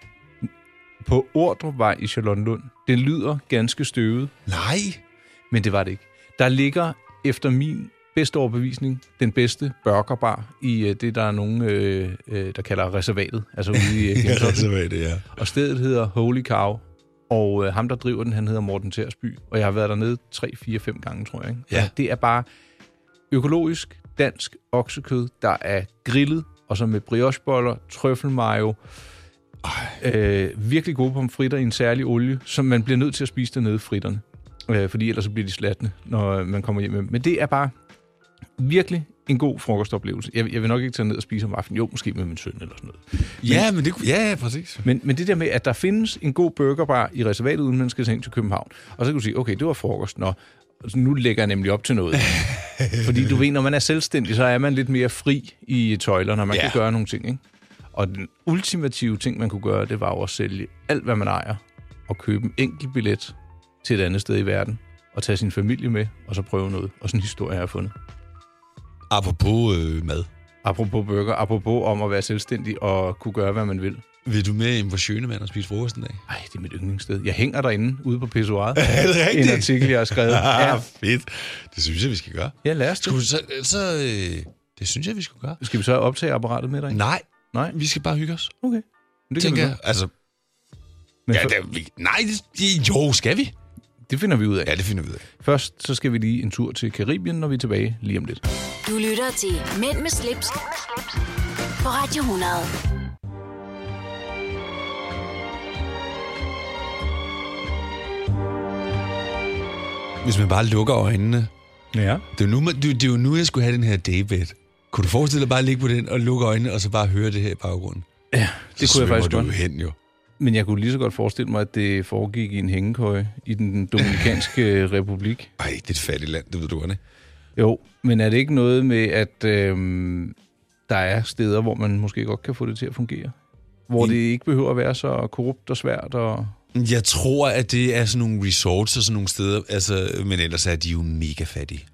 På Ordrupvej i Charlottenlund. Det lyder ganske støvet, Nej. men det var det ikke. Der ligger, efter min bedste overbevisning, den bedste burgerbar i øh, det, der er nogen, øh, øh, der kalder reservatet. Altså ude i øh, Ja, Gentofte. så var det, ja. Og stedet hedder Holy Cow. Og øh, ham, der driver den, han hedder Morten Tersby. Og jeg har været dernede 3, 4, 5 gange, tror jeg. Ikke? Ja. Og Det er bare økologisk dansk oksekød, der er grillet, og så med briocheboller, trøffelmayo, øh, virkelig gode pomfritter i en særlig olie, som man bliver nødt til at spise dernede, fritterne. Øh, fordi ellers så bliver de slatne, når øh, man kommer hjem. med dem. Men det er bare virkelig en god frokostoplevelse. Jeg, jeg vil nok ikke tage ned og spise om aftenen. Jo, måske med min søn eller sådan noget. Ja, men det, kunne- ja, ja, præcis. Men, men det der med, at der findes en god burgerbar i reservatet, uden man skal tage ind til København. Og så kan du sige, okay, det var frokost, nå. Så nu lægger jeg nemlig op til noget. Fordi du ved, når man er selvstændig, så er man lidt mere fri i tøjlerne, og man ja. kan gøre nogle ting. Ikke? Og den ultimative ting, man kunne gøre, det var jo at sælge alt, hvad man ejer, og købe en enkelt billet til et andet sted i verden, og tage sin familie med, og så prøve noget. Og sådan en historie har jeg fundet. Apropos øh, mad. Apropos burger, apropos om at være selvstændig og kunne gøre, hvad man vil. Vil du med en på Sjønemand og spise frokost en dag? Nej, det er mit yndlingssted. Jeg hænger derinde, ude på pissoiret. Er det rigtigt? En artikel, jeg har skrevet. ah, Ja. fedt. Det synes jeg, vi skal gøre. Ja, lad os det. Skulle vi så, så, øh, det synes jeg, vi skulle gøre. Skal vi så optage apparatet med dig? Nej, Nej. vi skal bare hygge os. Okay. Men det Tænker kan vi jeg. godt. Altså, Men ja, for- det, vi, nej, det, det- jo, skal vi? Det finder vi ud af. Ja, det finder vi ud af. Først så skal vi lige en tur til Karibien, når vi er tilbage lige om lidt. Du lytter til Mænd med slips, på Radio 100. Hvis man bare lukker øjnene. Ja. Det er, jo nu, man- det, det er jo nu, jeg skulle have den her daybed. Kunne du forestille dig bare at ligge på den og lukke øjnene, og så bare høre det her i baggrunden? Ja, det kunne jeg faktisk du godt. jo hen, jo. Men jeg kunne lige så godt forestille mig, at det foregik i en hængekøje i den Dominikanske øh, Republik. Ej, det er et fattigt land, det ved du godt, ikke? Jo, men er det ikke noget med, at øhm, der er steder, hvor man måske godt kan få det til at fungere? Hvor det ikke behøver at være så korrupt og svært og... Jeg tror, at det er sådan nogle resorts og sådan nogle steder, altså, men ellers er de jo mega fattige.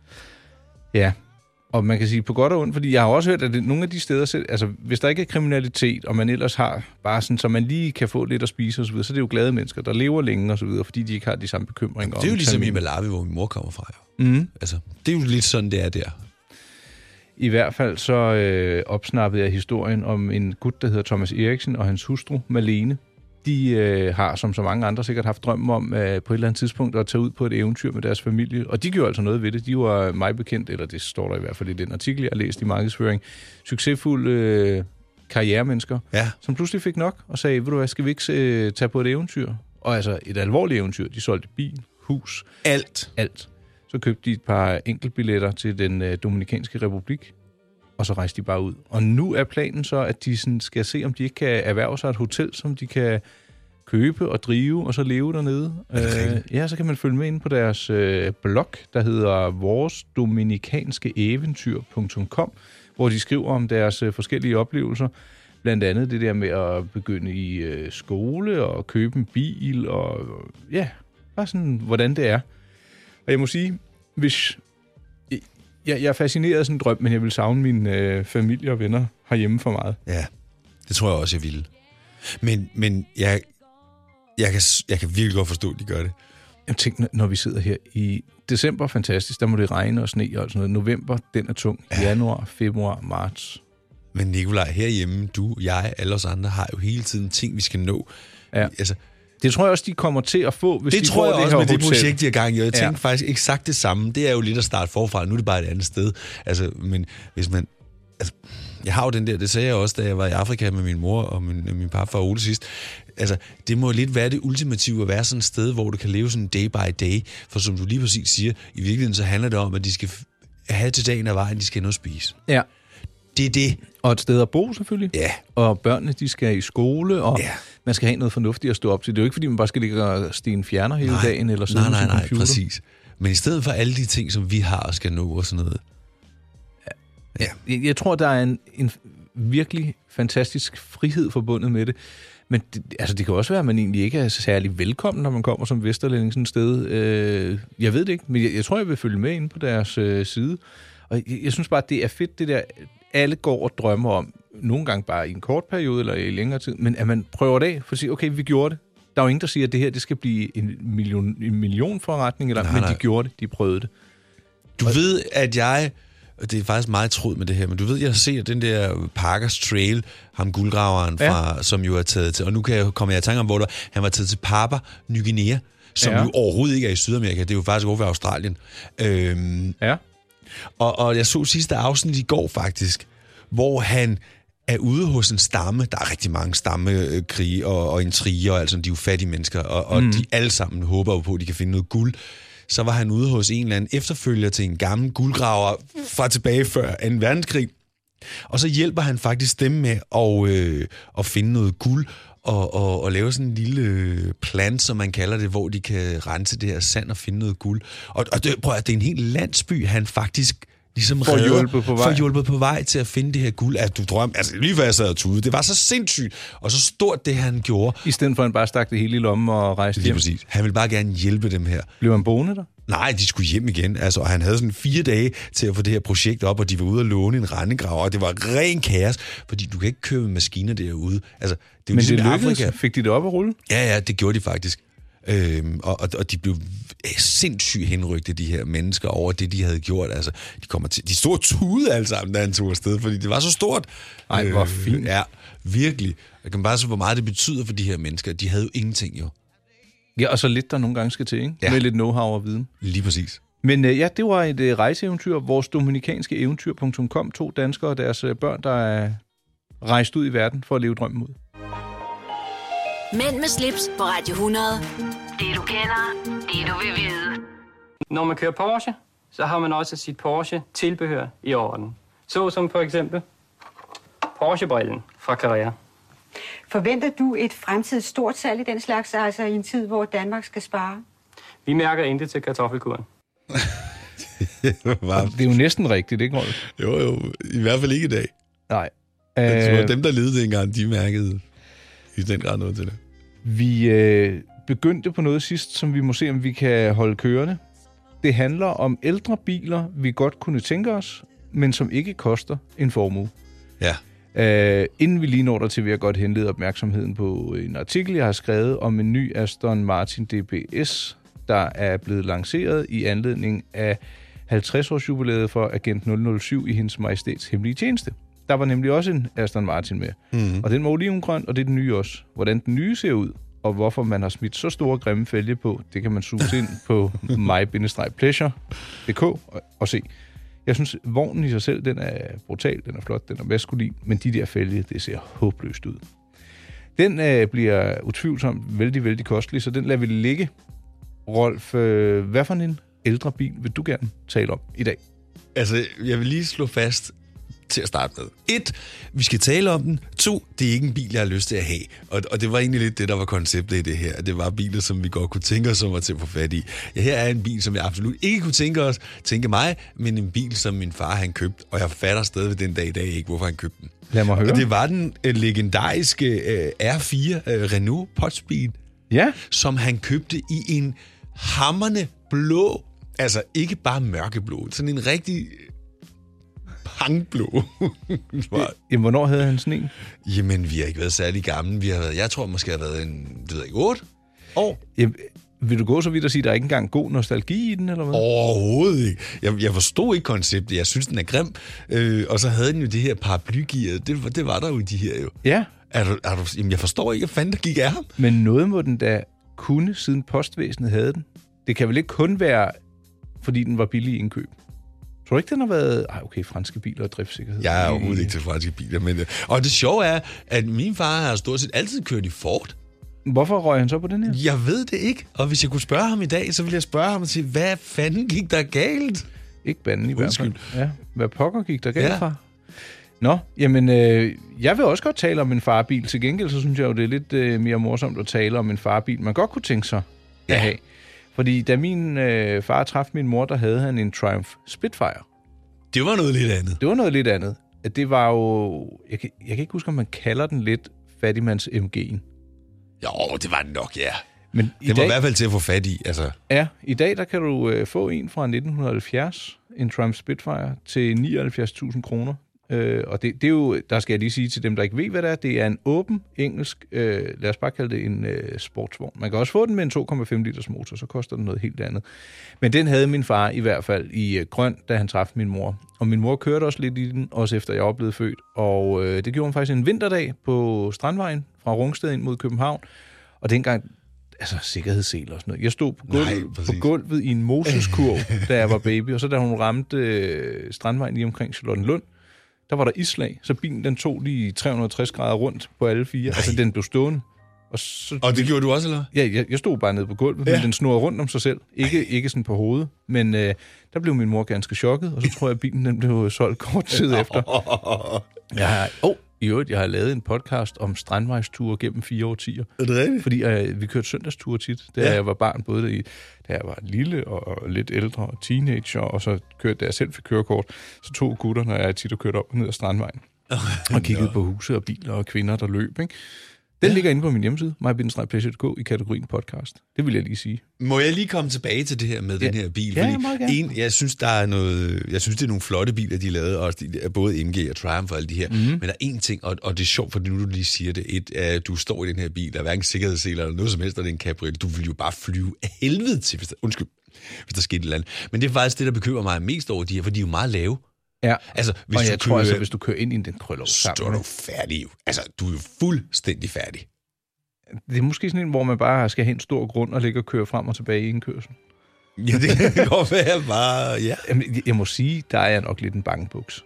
Ja, og man kan sige på godt og ondt, fordi jeg har også hørt, at det, nogle af de steder, selv, altså hvis der ikke er kriminalitet, og man ellers har bare sådan, så man lige kan få lidt at spise osv., så er det jo glade mennesker, der lever længe osv., fordi de ikke har de samme bekymringer. Det er jo om ligesom i termin. Malawi, hvor min mor kommer fra, jo. Mhm. Altså, det er jo lidt sådan, det er der. I hvert fald så øh, opsnappede jeg historien om en gut, der hedder Thomas Eriksen, og hans hustru, Malene. De øh, har, som så mange andre, sikkert haft drømmen om øh, på et eller andet tidspunkt at tage ud på et eventyr med deres familie. Og de gjorde altså noget ved det. De var øh, mig bekendt, eller det står der i hvert fald i den artikel, jeg har læst i markedsføring, succesfulde øh, karrieremennesker, Ja. som pludselig fik nok og sagde, ved du hvad, skal vi ikke øh, tage på et eventyr? Og altså et alvorligt eventyr. De solgte bil, hus, Alt. alt. Så købte de et par enkeltbilletter til den øh, Dominikanske Republik, og så rejste de bare ud. Og nu er planen så, at de sådan skal se, om de ikke kan erhverve sig et hotel, som de kan købe og drive, og så leve dernede. Øh, ja, så kan man følge med ind på deres øh, blog, der hedder voresdominikanske-eventyr.com, hvor de skriver om deres øh, forskellige oplevelser. Blandt andet det der med at begynde i øh, skole og købe en bil, og ja, bare sådan, hvordan det er. Og jeg må sige, hvis... Jeg, jeg er fascineret af sådan en drøm, men jeg vil savne min øh, familie og venner herhjemme for meget. Ja, det tror jeg også, jeg ville. Men, men jeg, jeg, kan, s- jeg kan virkelig godt forstå, at de gør det. Jeg tænker, når vi sidder her i december, fantastisk, der må det regne og sne og sådan noget. November, den er tung. Januar, februar, marts. Men Nikolaj, herhjemme, du, jeg, alle os andre, har jo hele tiden ting, vi skal nå. Ja. Altså, Det tror jeg også, de kommer til at få, hvis det de tror får jeg det også her med det hotel. projekt, de har gang i. og Jeg Ja. tænkte faktisk eksakt det samme. Det er jo lidt at starte forfra. Nu er det bare et andet sted. Altså, men hvis man... Altså, jeg har jo den der, det sagde jeg også, da jeg var i Afrika med min mor og min, min farfar Ole sidst. Altså, det må lidt være det ultimative at være sådan et sted, hvor du kan leve sådan day by day. For som du lige præcis siger, i virkeligheden så handler det om, at de skal f- have til dagen af vejen, de skal have noget at spise. Ja. Det er det. Og et sted at bo, selvfølgelig. Ja. Og børnene, de skal i skole, og Ja. man skal have noget fornuftigt at stå op til. Det er jo ikke, fordi man bare skal ligge og sten fjerner hele dagen, eller sidde nej, med nej, sin nej, computer. præcis. Men i stedet for alle de ting, som vi har og skal nå og sådan noget, Jeg, jeg tror, der er en, en virkelig fantastisk frihed forbundet med det. Men det, altså, det kan også være, at man egentlig ikke er særlig velkommen, når man kommer som vesterlænding sådan et sted. Øh, jeg ved det ikke, men jeg, jeg tror, jeg vil følge med ind på deres øh, side. Og jeg, jeg synes bare, det er fedt, det der, alle går og drømmer om, nogle gange bare i en kort periode eller i længere tid, men at man prøver det af for at sige, okay, vi gjorde det. Der er jo ingen, der siger, at det her det skal blive en, million, en millionforretning, eller, nej, Nej, men nej. nej. de gjorde det, de prøvede det. Du ved, at jeg... og Det er faktisk meget tråd med det her, men du ved, jeg ser den der Parkers Trail, ham guldgraveren, Ja. fra, som jo er taget til... Og nu kan jeg komme jeg i tanke om, hvor der, han var taget til Papa, Ny Guinea, som Ja. ja. jo overhovedet ikke er i Sydamerika. Det er jo faktisk over ved Australien. Øhm, Ja. og, og jeg så sidste afsnit i går faktisk, hvor han er ude hos en stamme. Der er rigtig mange stammekrige og, og intriger, og altså, de er jo fattige mennesker, og, og mm. de alle sammen håber jo på, at de kan finde noget guld. så var han ude hos en eller anden efterfølger til en gammel guldgraver fra tilbage før 2. verdenskrig. Og så hjælper han faktisk dem med at, øh, at finde noget guld og, og, og lave sådan en lille øh, plan, som man kalder det, hvor de kan rense det her sand og finde noget guld. Og, og det, prøv at, høre, det er en hel landsby, han faktisk ligesom Får redder- hjulpet på vej. får hjulpet på vej til at finde det her guld. At du drøm, altså lige før jeg sad og tude, det var så sindssygt, og så stort det han gjorde. I stedet for, at han bare stak det hele i lommen og rejste Lige hjem. præcis. Han ville bare gerne hjælpe dem her. Blev han boende der? Nej, de skulle hjem igen. Altså, og han havde sådan fire dage til at få det her projekt op, og de var ude og låne en rendegrav, og det var ren kaos, fordi du kan ikke købe maskiner derude. Altså, det er jo Men ligesom det i lykkedes. Afrika. Fik de det op at rulle? Ja, ja, det gjorde de faktisk. Øhm, og, og, og de blev sindssygt henrygte, de her mennesker, over det, de havde gjort. Altså, de, kommer til, de stod og tude alle sammen, da han tog afsted, fordi det var så stort. Øh, Ej, hvor fint. Ja, virkelig. Jeg kan bare se, hvor meget det betyder for de her mennesker. De havde jo ingenting, jo. Ja, og så lidt der nogle gange skal til, ikke? Ja. Med lidt know-how og viden. Lige præcis. Men øh, ja, det var et øh, rejseeventyr. Vores dominikanske eventyr.com. To danskere og deres øh, børn, der er rejst ud i verden for at leve drømmen ud. Mænd med slips på Radio 100. Det du kender, det du vil vide. Når man kører Porsche, så har man også sit Porsche-tilbehør i orden. Så som for eksempel Porsche-brillen fra Carrera. Forventer du et fremtidigt stort salg i den slags, altså i en tid, hvor Danmark skal spare? Vi mærker intet til kartoffelkuren. Det er jo næsten rigtigt, ikke, Rolf? Jo, jo. I hvert fald ikke i dag. Nej. Jeg Øh, tror, dem, der levede dengang, de mærkede i den grad noget til det. Vi øh, begyndte på noget sidst, som vi må se, om vi kan holde kørende. Det handler om ældre biler, vi godt kunne tænke os, men som ikke koster en formue. Ja. Øh, inden vi lige når dertil, vil jeg godt henlede opmærksomheden på en artikel, jeg har skrevet om en ny Aston Martin DBS, der er blevet lanceret i anledning af 50-års jubilæet for Agent 007 i hendes majestæts hemmelige tjeneste. Der var nemlig også en Aston Martin med. Mm. Og den var olivengrøn, og det er den nye også. Hvordan den nye ser ud, og hvorfor man har smidt så store grimme fælge på, det kan man suge ind på my-pleasure.dk og, og se. Jeg synes, vognen i sig selv, den er brutal, den er flot, den er maskulin, men de der fælge, det ser håbløst ud. Den øh, bliver utvivlsomt vældig, vældig kostelig, så den lader vi ligge. Rolf, øh, hvad for en ældre bil vil du gerne tale om i dag? Altså, jeg vil lige slå fast til at starte med. Et, vi skal tale om den. To, det er ikke en bil, jeg har lyst til at have. Og, og det var egentlig lidt det, der var konceptet i det her. at Det var biler, som vi godt kunne tænke os om at til at få fat i. Ja, her er en bil, som jeg absolut ikke kunne tænke os, tænke mig, men en bil, som min far han købte, og jeg fatter stadigvæk den dag i dag ikke, hvorfor han købte den. Lad mig høre. Og det var den øh, legendariske øh, R4 øh, Renault Potspeed, ja. som han købte i en hammerne blå, altså ikke bare mørkeblå, sådan en rigtig øh, pangblå. Jamen, hvornår havde han sådan en? Jamen, vi har ikke været særlig gamle. Vi har været, jeg tror måske, jeg har været en, det ved jeg ikke, 8 år. Jamen, øh, vil du gå så vidt og sige, at der er ikke engang god nostalgi i den, eller hvad? Overhovedet ikke. Jeg, jeg forstod ikke konceptet. Jeg synes, den er grim. Øh, og så havde den jo det her paraplygear. Det, var- det var der jo i de her jo. Ja. Er du, er du, jamen, jeg forstår ikke, hvad fanden der gik af ham. Men noget må den da kunne, siden postvæsenet havde den. Det kan vel ikke kun være, fordi den var billig i indkøb. Tror du ikke, den har været... Ej, okay, franske biler og driftsikkerhed. Jeg er overhovedet ikke til franske biler. Men, øh, og det sjove er, at min far har stort set altid kørt i Ford. Hvorfor røg han så på den her? Jeg ved det ikke. Og hvis jeg kunne spørge ham i dag, så ville jeg spørge ham og sige, hvad fanden gik der galt? Ikke banden i hvert fald. Undskyld. Ja, hvad pokker gik der galt Ja. ja. fra? Nå, jamen, øh, jeg vil også godt tale om en farbil. Til gengæld, så synes jeg jo, det er lidt øh, mere morsomt at tale om en farbil, man godt kunne tænke sig ja. at have. Fordi da min øh, far træffede min mor, der havde han en Triumph Spitfire. Det var noget lidt andet. Det var noget lidt andet. At Det var jo... Jeg kan, jeg kan ikke huske, om man kalder den lidt fattigmands MG'en. Jo, det var det nok, ja. Men i det var dag- i hvert fald til at få fat i. Altså, Ja, i dag der kan du øh, få en fra 1970, en Triumph Spitfire, til 79.000 kroner. Øh, og det, det er jo, der skal jeg lige sige til dem, der ikke ved, hvad det er, det er en åben engelsk, øh, lad os bare kalde det en øh, sportsvogn. Man kan også få den med en 2,5 liters motor, så koster den noget helt andet. Men den havde min far i hvert fald i øh, grøn, da han træffede min mor. Og min mor kørte også lidt i den, også efter jeg var blevet født. Og øh, det gjorde hun faktisk en vinterdag på Strandvejen fra Rungsted ind mod København. Og dengang, altså sikkerhedsseler og sådan noget. Jeg stod på gulvet, Nej, Nej, præcis. på gulvet i en moseskurv, da jeg var baby, og så da hun ramte øh, strandvejen lige omkring Charlottenlund, der var der islag, så bilen den tog lige 360 grader rundt på alle fire, Nej. altså den blev stående. Og, så, og det gjorde du også, eller? Ja, jeg, jeg stod bare nede på gulvet, ja. Ja. men den snurrede rundt om sig selv. Ikke, ikke sådan på hovedet, men øh, der blev min mor ganske chokket, og så tror jeg, at bilen den blev solgt kort tid efter. Jeg har, oh, i øvrigt, jeg har lavet en podcast om strandvejsture gennem fire årtier. Er det rigtigt? Fordi øh, vi kørte søndagsture tit, da Ja. ja. jeg var barn, både i, da jeg var lille og lidt ældre og teenager, og så kørte da jeg selv fik kørekort, så to gutter, når jeg tit og kørte op og ned ad Strandvejen, og kiggede på huse og biler og kvinder, der løb, ikke? Den ja. ligger inde på min hjemmeside, mybindestrejplæsje.dk, i kategorien podcast. Det vil jeg lige sige. Må jeg lige komme tilbage til det her med ja. den her bil? Ja, Fordi jeg meget gerne. En, jeg synes, der er noget, jeg synes, det er nogle flotte biler, de er lavet, også de, der- både MG og Triumph og alle de Mhm. her. Mm. Men der er én ting, og, og det er sjovt, for nu du lige siger det, et, at du står i den her bil, der er hverken sikkerhedsseler eller noget som helst, og det er en cabriolet. Du vil jo bare flyve af helvede til, hvis der, undskyld, hvis der skete et eller andet. Men det er faktisk det, der bekymrer mig mest over de her, for de er jo meget lave. Ja, altså, hvis og du jeg tror kører- altså, hvis du kører ind i den krøller Så sammen. er du færdig. jo. Altså, du er jo fuldstændig færdig. Det er måske sådan en, hvor man bare skal have en stor grund og ligge og køre frem og tilbage i indkørslen. Ja, det kan godt være bare, ja. Jamen, jeg- jeg må sige, der er jeg nok lidt en bangebuks.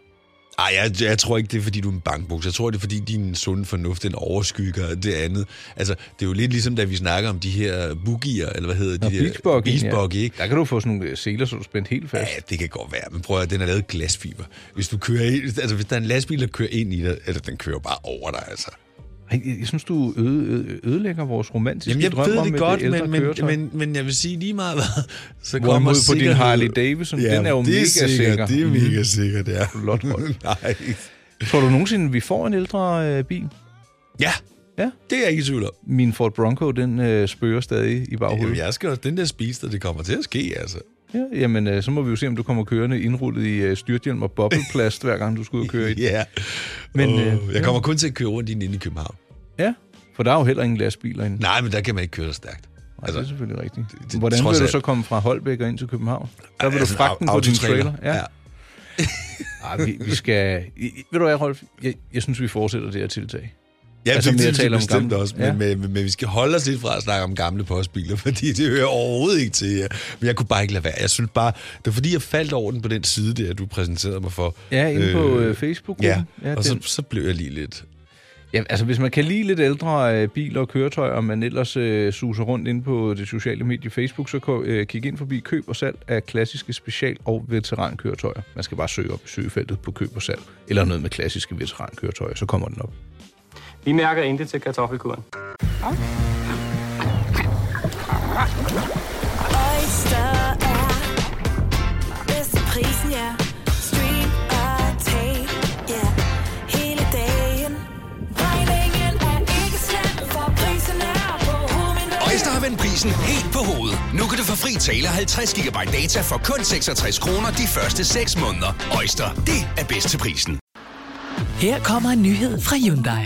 Ej, jeg, jeg tror ikke, det er, fordi du er en bankbuks. Jeg tror, det er, fordi din sunde fornuft, den overskygger det andet. Altså, det er jo lidt ligesom, da vi snakker om de her boogier, eller hvad hedder Nå, de der? Beachbuggy, ja. Beachbuggy, ikke? Der kan du få sådan nogle øh, seler, så du er spændt helt fast. Ja, det kan godt være, men prøv at høre, den er lavet af glasfiber. Hvis du kører ind, altså hvis der er en lastbil, der kører ind i dig, altså den kører bare over dig, altså. Ej, jeg, jeg synes, du øde, øde, ødelægger vores romantiske Jamen, jeg drøm ved om det et godt, ældre men, men, køretøj. men, men jeg vil sige lige meget hvad, så Hvorimod kommer på din sikkerhed- Harley Davidson, den er jo det mega sikker. sikkert, Det er Mhm. mega sikkert, ja. Flot hold. Nej. Tror du nogensinde, vi får en ældre øh, bil? Ja, Ja. det er jeg ikke i tvivl om. Min Ford Bronco, den øh, spørger stadig i Jamen, baghovedet. jeg skal også, den der spiste, det kommer til at ske, altså. Ja, jamen, øh, så må vi jo se, om du kommer kørende indrullet i øh, styrthjelm og bobleplast, hver gang du skal ud og køre i den. Ja, Men, men, øh, øh, jeg kommer kun til at køre rundt i den inde i København. Ja, for der er jo heller ingen lastbiler inde. Nej, men der kan man ikke køre så stærkt. Nej, altså, det er selvfølgelig rigtigt. Det, det- Hvordan trods vil du alt. så komme fra Holbæk og ind til København? Der vil du altså, fragte den på din autotrailer. trailer. Ja. Ja. ja. Ej, vi, vi skal... I- I- Ved du hvad, Rolf? Jeg, jeg synes, vi fortsætter det her tiltag. Ja, altså, det, med at det, det, tale om bestemt gamle- også, men, Ja. ja. men, men, men vi skal holde os lidt fra at snakke om gamle postbiler, fordi det hører overhovedet ikke til jer. Men jeg kunne bare ikke lade være. Jeg synes bare, det var fordi, jeg faldt over den på den side der, du præsenterede mig for. Ja, inde på, øh, Facebook-gruppen. Ja, Ja, ja og så, den- så blev jeg lige lidt... Ja, altså hvis man kan lide lidt ældre øh, biler og køretøjer, og man ellers øh, suser rundt ind på det sociale medie Facebook, så ko- øh, kig ind forbi køb og salg af klassiske special- og veterankøretøjer. Man skal bare søge op i søgefeltet på køb og salg, eller noget med klassiske veterankøretøjer, så kommer den op. Vi mærker intet til kartoffelkuren. Oyster er bedst til prisen, ja. Stream og tag, ja. Hele dagen. Regningen er ikke slem, for prisen er på hovedet. Øjster har vendt prisen helt på hovedet. Nu kan du få fri tale og 50 GB data for kun 66 kroner de første 6 måneder. Øjster, det er bedst til prisen. Her kommer en nyhed fra Hyundai.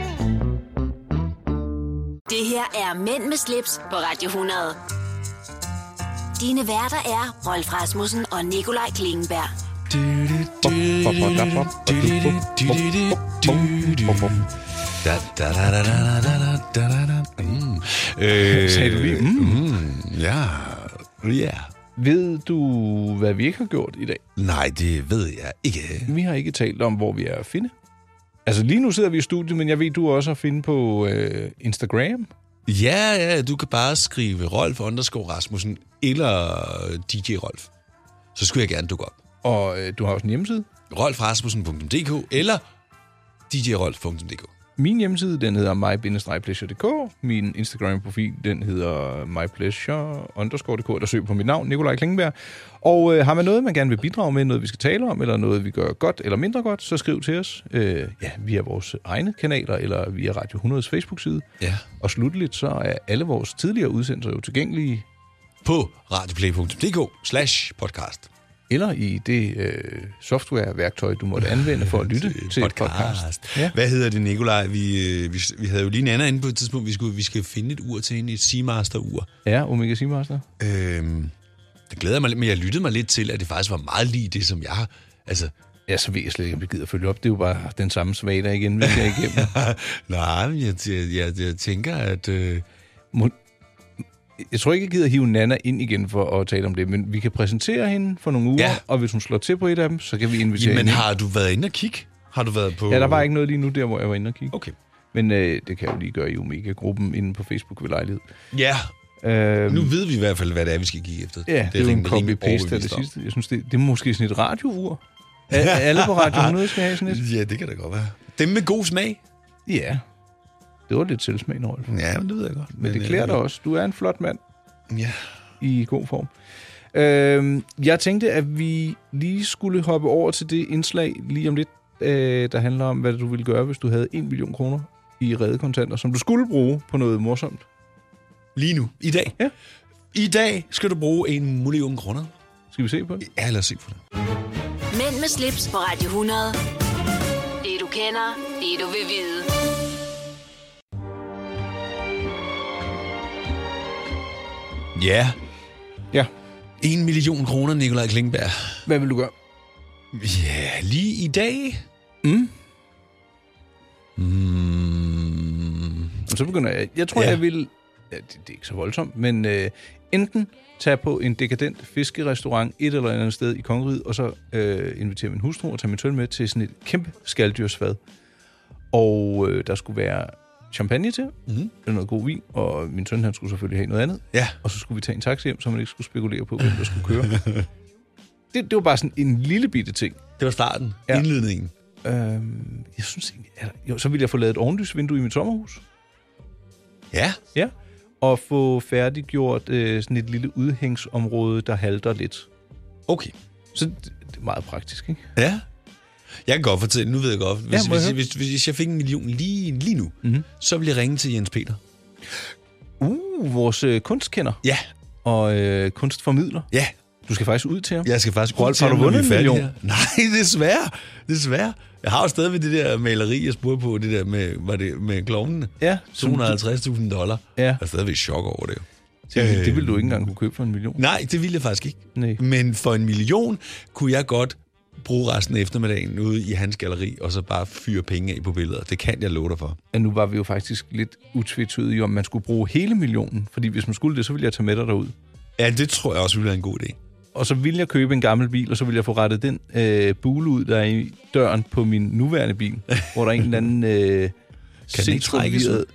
Det her er Mænd med slips på Radio 100. Dine værter er Rolf Rasmussen og Nikolaj Klingenberg. Øh, Da, da, da, da, da, da, da, da, da, da. Mm. Øh, Sagde du lige, mm? Mm, ja, ja. Ved du, hvad vi ikke har gjort i dag? Nej, det ved jeg ikke. Vi har ikke talt om, hvor vi er at finde. Altså lige nu sidder vi i studiet, men jeg ved, du er også at finde på øh, Instagram. Ja, ja, du kan bare skrive Rolf underscore Rasmussen eller DJ Rolf. Så skulle jeg gerne dukke op. Og øh, du har også en hjemmeside? rolfrasmussen.dk eller djrolf.dk. Min hjemmeside, den hedder my-pleasure.dk. Min Instagram-profil, den hedder mypleasure.dk. Der søg på mit navn, Nikolaj Klingenberg. Og øh, har man noget, man gerne vil bidrage med, noget vi skal tale om, eller noget, vi gør godt eller mindre godt, så skriv til os øh, ja, via vores egne kanaler, eller via Radio 100's Facebook-side. Ja. Og slutteligt, så er alle vores tidligere udsendelser jo tilgængelige på radioplay.dk slash podcast. Eller i det øh, softwareværktøj, du måtte anvende for at lytte til, til podcast. podcast. podcast. Ja. Hvad hedder det, Nikolaj? Vi, øh, vi, vi havde jo lige en anden inde på et tidspunkt. Vi, skulle, vi skal finde et ur til hende, et Seamaster-ur. Ja, Omega Seamaster. Øhm, det glæder jeg mig lidt, men jeg lyttede mig lidt til, at det faktisk var meget lige det, som jeg har... Altså, Ja, så ved jeg slet ikke, om jeg gider følge op. Det er jo bare den samme svagdag igen, vi skal igennem. nej, men jeg, jeg, jeg, jeg tænker, at... Øh, Må, jeg tror ikke, jeg gider hive Nana ind igen for at tale om det, men vi kan præsentere hende for nogle uger, ja. og hvis hun slår til på et af dem, så kan vi invitere jamen, hende. har du været inde og kigge? Har du været på... Ja, der var ikke noget lige nu der, hvor jeg var inde og kigge. Okay. Men øh, det kan jeg jo lige gøre i Omega-gruppen inde på Facebook ved lejlighed. Ja, Øhm, nu ved vi i hvert fald, hvad det er, vi skal kigge efter. Ja, det, det er jo en rimelig- rimelig copy-paste af det overbevist om. sidste. Jeg synes, det, det er måske sådan et radiovur. Er- er Alle på Radio 100 skal have sådan et. Ja, det kan da godt være. Dem med god smag. Ja. Det var lidt selvsmagende, Rolf. Ja, men det ved jeg godt. Men det klæder dig også. Du er en flot mand. Ja. I god form. Øhm, jeg tænkte, at vi lige skulle hoppe over til det indslag lige om lidt, øh, der handler om, hvad du ville gøre, hvis du havde 1 million kroner i redekontanter, som du skulle bruge på noget morsomt. Lige nu. I dag. Ja. I dag skal du bruge en million kroner. Skal vi se på det? Ja, lad os se på det. Mænd med slips på Radio 100. Det du kender, det du vil vide. Ja. Ja. En million kroner, Nikolaj Klingberg. Hvad vil du gøre? Ja, lige i dag. Mm. Mm. Og så begynder jeg... Jeg tror, Ja. ja. jeg vil... Ja, det, det er ikke så voldsomt, men øh, enten tage på en dekadent fiskerestaurant et eller andet sted i Kongeriget, og så øh, invitere min hustru og tage min tøl med til sådan et kæmpe skaldyrsfad. Og øh, der skulle være champagne til, Mhm. mm. noget god vin, og min søn han skulle selvfølgelig have noget andet. Ja. Og så skulle vi tage en taxi hjem, så man ikke skulle spekulere på, hvem der skulle køre. det, det var bare sådan en lille bitte ting. Det var starten. Ja. Ja. Indledningen. Øhm, jeg synes egentlig... Er der, jo, så ville jeg få lavet et ovenlysvindue i mit sommerhus. Ja. Ja, og få færdiggjort øh, sådan et lille udhængsområde, der halter lidt. Okay. Så det, det er meget praktisk, ikke? Ja. Jeg kan godt fortælle, nu ved jeg godt. Hvis, Ja, ja, må jeg hvis, høre? hvis, hvis, hvis jeg fik en million lige, lige nu, mm-hmm. så ville jeg ringe til Jens Peter. Uh, vores øh, kunstkender Ja, og øh, kunstformidler. ja. Du skal faktisk ud til ham. Jeg skal faktisk ud Rolf, til har du ham, når vundet vi er en færdige million? her. Nej, desværre. Desværre. Jeg har jo stadigvæk det der maleri, jeg spurgte på, det der med, var det med klovnene. Ja, som du- 250.000 dollar. Ja. Jeg er stadigvæk i chok over det. jo. Det, det ville du ikke engang kunne købe for en million. Nej, det ville jeg faktisk ikke. Nej. Men for en million kunne jeg godt bruge resten af eftermiddagen ude i hans galeri, og så bare fyre penge af på billeder. Det kan jeg love dig for. Og nu var vi jo faktisk lidt utvetydige om, man skulle bruge hele millionen. Fordi hvis man skulle det, så ville jeg tage med dig derud. Ja, det tror jeg også ville være en god idé. Og så ville jeg købe en gammel bil, og så ville jeg få rettet den øh, bule ud, der er i døren på min nuværende bil, hvor der er en eller anden... Øh, Kan den ikke trækkes ud?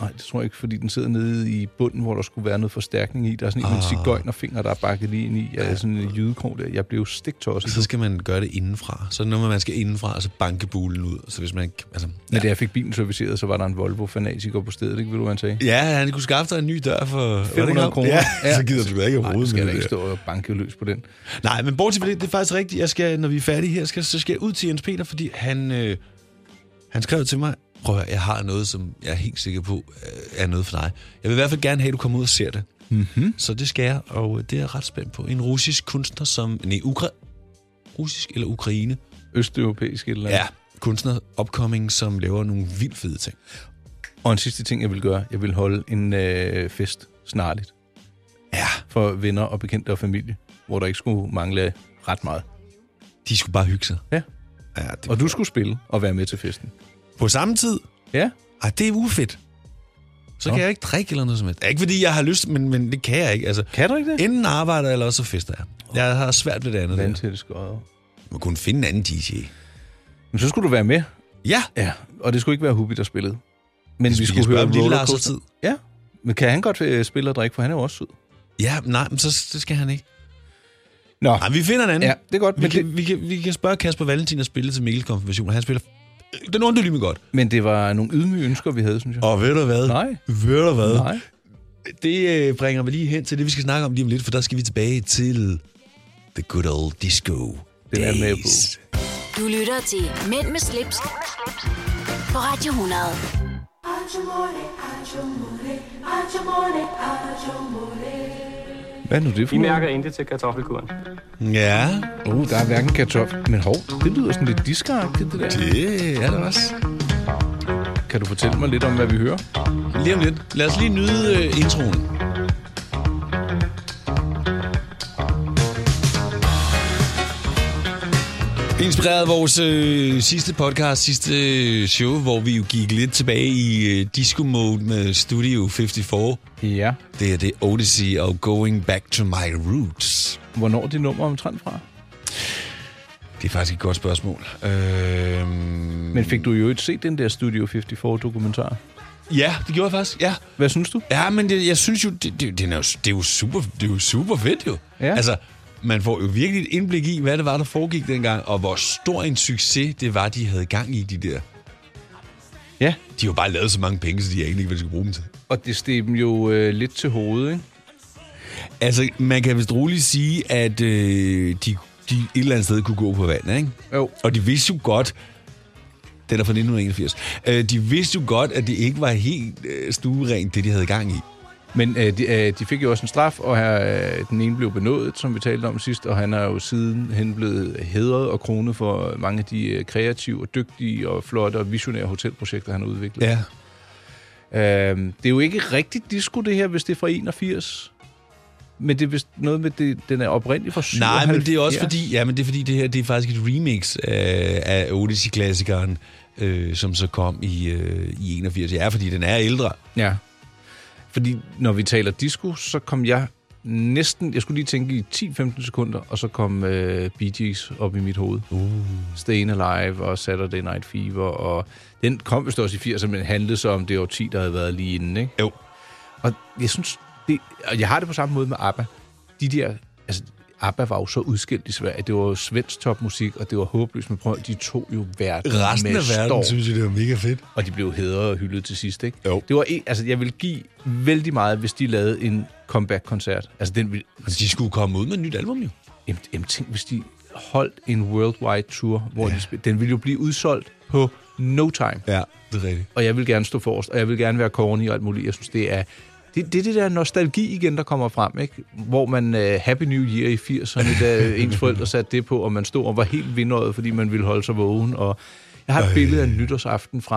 Nej, det tror jeg ikke, fordi den sidder nede i bunden, hvor der skulle være noget forstærkning i. Der er sådan en Ah. ah. finger, der er bakket lige ind i. Jeg er sådan en jydekrog der. Jeg blev stiktosset. Så skal man gøre det indenfra. Så når man skal indenfra, og så banke bulen ud. Så hvis man ikke... Altså, Men da jeg fik bilen serviceret, så var der en Volvo-fanatiker på stedet, ikke? Ved du, hvad han sagde? Ja, han kunne skaffe dig en ny dør for... var det ikke 500 ham? kroner. Ja, så gider du da ikke at Nej, rode skal med jeg da det ikke der. stå og banke løs på den. Nej, men bortset fra det, det er faktisk rigtigt. Jeg skal, når vi er færdige her, skal, så skal jeg ud til Jens Peter, fordi han, øh, han skrev til mig, prøv at høre, jeg har noget, som jeg er helt sikker på øh, er noget for dig. Jeg vil i hvert fald gerne have, at du kommer ud og ser det. Mm-hmm. Så det skal jeg, og øh, det er jeg ret spændt på. En russisk kunstner, som... Nej, Ukra... russisk eller Ukraine. Østeuropæisk et eller andet. Ja, kunstner upcoming, som laver nogle vildt fede ting. Og en sidste ting, jeg vil gøre, jeg vil holde en øh, fest snarligt. Ja. For venner og bekendte og familie, hvor der ikke skulle mangle ret meget. De skulle bare hygge sig. Ja. ja det... Og du skulle spille og være med til festen. På samme tid, Ja, Ej, det er ufedt. Så Nå. kan jeg ikke drikke eller noget som helst. Ikke fordi jeg har lyst, men, men det kan jeg ikke. Altså, kan du ikke det? enten arbejder jeg, eller også så fester jeg. Jeg har svært ved det andet. Hvordan Der. til det skøjet. Man kunne finde en anden DJ. Men så skulle du være med. Ja, Ja, og det skulle ikke være Hubi, der spillede. Men vi kan skulle spørge, høre om Lille Lars har rollercoaster. tid. Ja, men kan han godt øh, spille og drikke, for han er jo også sød. ja nej, men så det skal han ikke. Nå, Nej, vi finder en anden. ja, det er godt. Vi Men kan, det, vi, kan, vi kan spørge Kasper Valentin at spille til Mikkels konfirmation. Han spiller den underlige mig godt. Men det var nogle ydmyge ønsker, vi havde, synes jeg. Og ved du hvad? Nej. Ved du hvad? Nej. Det øh, bringer mig lige hen til det, vi skal snakke om lige om lidt, for der skal vi tilbage til The Good Old Disco Den er med Days. Du lytter til Mænd med slips, på Radio 100. Hvad er nu det for I mærker intet til kartoffelkuren. Ja. Uh, der er hverken kartoffel. Men hov, det lyder sådan lidt diskeragtigt, det der. Det Øh, er det også. Kan du fortælle mig lidt om, hvad vi hører? Lige om lidt. Lad os lige nyde øh, introen. Inspireret af vores øh, sidste podcast, sidste øh, show, hvor vi jo gik lidt tilbage i øh, disco-mode med Studio 54. Ja. Det er det Odyssey og Going Back to My Roots. Hvornår er det nummer omtrent fra? Det er faktisk et godt spørgsmål. Øhm, Men fik du jo ikke set den der Studio 54-dokumentar? Ja, det gjorde jeg faktisk, ja. Hvad synes du? Ja, men det, jeg synes jo, det, det, det, er jo, det, er jo super, det er jo super fedt jo. Ja. Altså, man får jo virkelig et indblik i, hvad det var, der foregik dengang, og hvor stor en succes det var, de havde gang i, de der. Ja. De har jo bare lavet så mange penge, så de egentlig ikke, hvad de skulle bruge dem til. Og det steg dem jo øh, lidt til hovedet, ikke? Altså, man kan vist roligt sige, at øh, de, de et eller andet sted kunne gå på vand, ikke? Jo. Og de vidste jo godt, den er fra 1981, øh, de vidste jo godt, at det ikke var helt øh, stuerent, det de havde gang i. Men øh, de, øh, de fik jo også en straf, og her, øh, den ene blev benådet, som vi talte om sidst, og han er jo sidenhen blevet hedret og kronet for mange af de øh, kreative og dygtige og flotte og visionære hotelprojekter, han har udviklet. Ja. Øhm, det er jo ikke rigtigt disco, det her, hvis det er fra 81. Men det er vist noget med, det, den er oprindelig fra 77. Nej, men det er også fordi, ja, men det er fordi det her det er faktisk et remix øh, af Odyssey-klassikeren, øh, som så kom i, øh, i 81. Ja, fordi den er ældre. Ja. Fordi når vi taler disco, så kom jeg næsten... Jeg skulle lige tænke i 10-15 sekunder, og så kom øh, Bee Gees op i mit hoved. Uh. Stayin' Alive og Saturday Night Fever, og den kom vist også i 80'erne, men handlede så om det årti, der havde været lige inden, ikke? Jo. Og jeg synes... Det, og jeg har det på samme måde med ABBA. De der... Altså, ABBA var jo så udskilt i Sverige. Det var jo svensk topmusik, og det var håbløst. Men prøv at- de tog jo verden Resten med af verden storm. synes jeg, det var mega fedt. Og de blev hedret og hyldet til sidst, ikke? Jo. Det var, en- altså, jeg vil give vældig meget, hvis de lavede en comeback-koncert. Altså, den ville... De skulle komme ud med et nyt album, jo. Jamen, jamen tænk, hvis de holdt en worldwide tour, hvor ja. de spil... Den ville jo blive udsolgt på no time. Ja, det er rigtigt. Og jeg vil gerne stå forrest, og jeg vil gerne være corny og alt muligt. Jeg synes, det er... Det, det er det der nostalgi igen, der kommer frem, ikke? Hvor man uh, Happy New Year i 80'erne, da ens forældre satte det på, og man stod og var helt vindøjet, fordi man ville holde sig vågen. Og jeg har et Ej. billede af en nytårsaften fra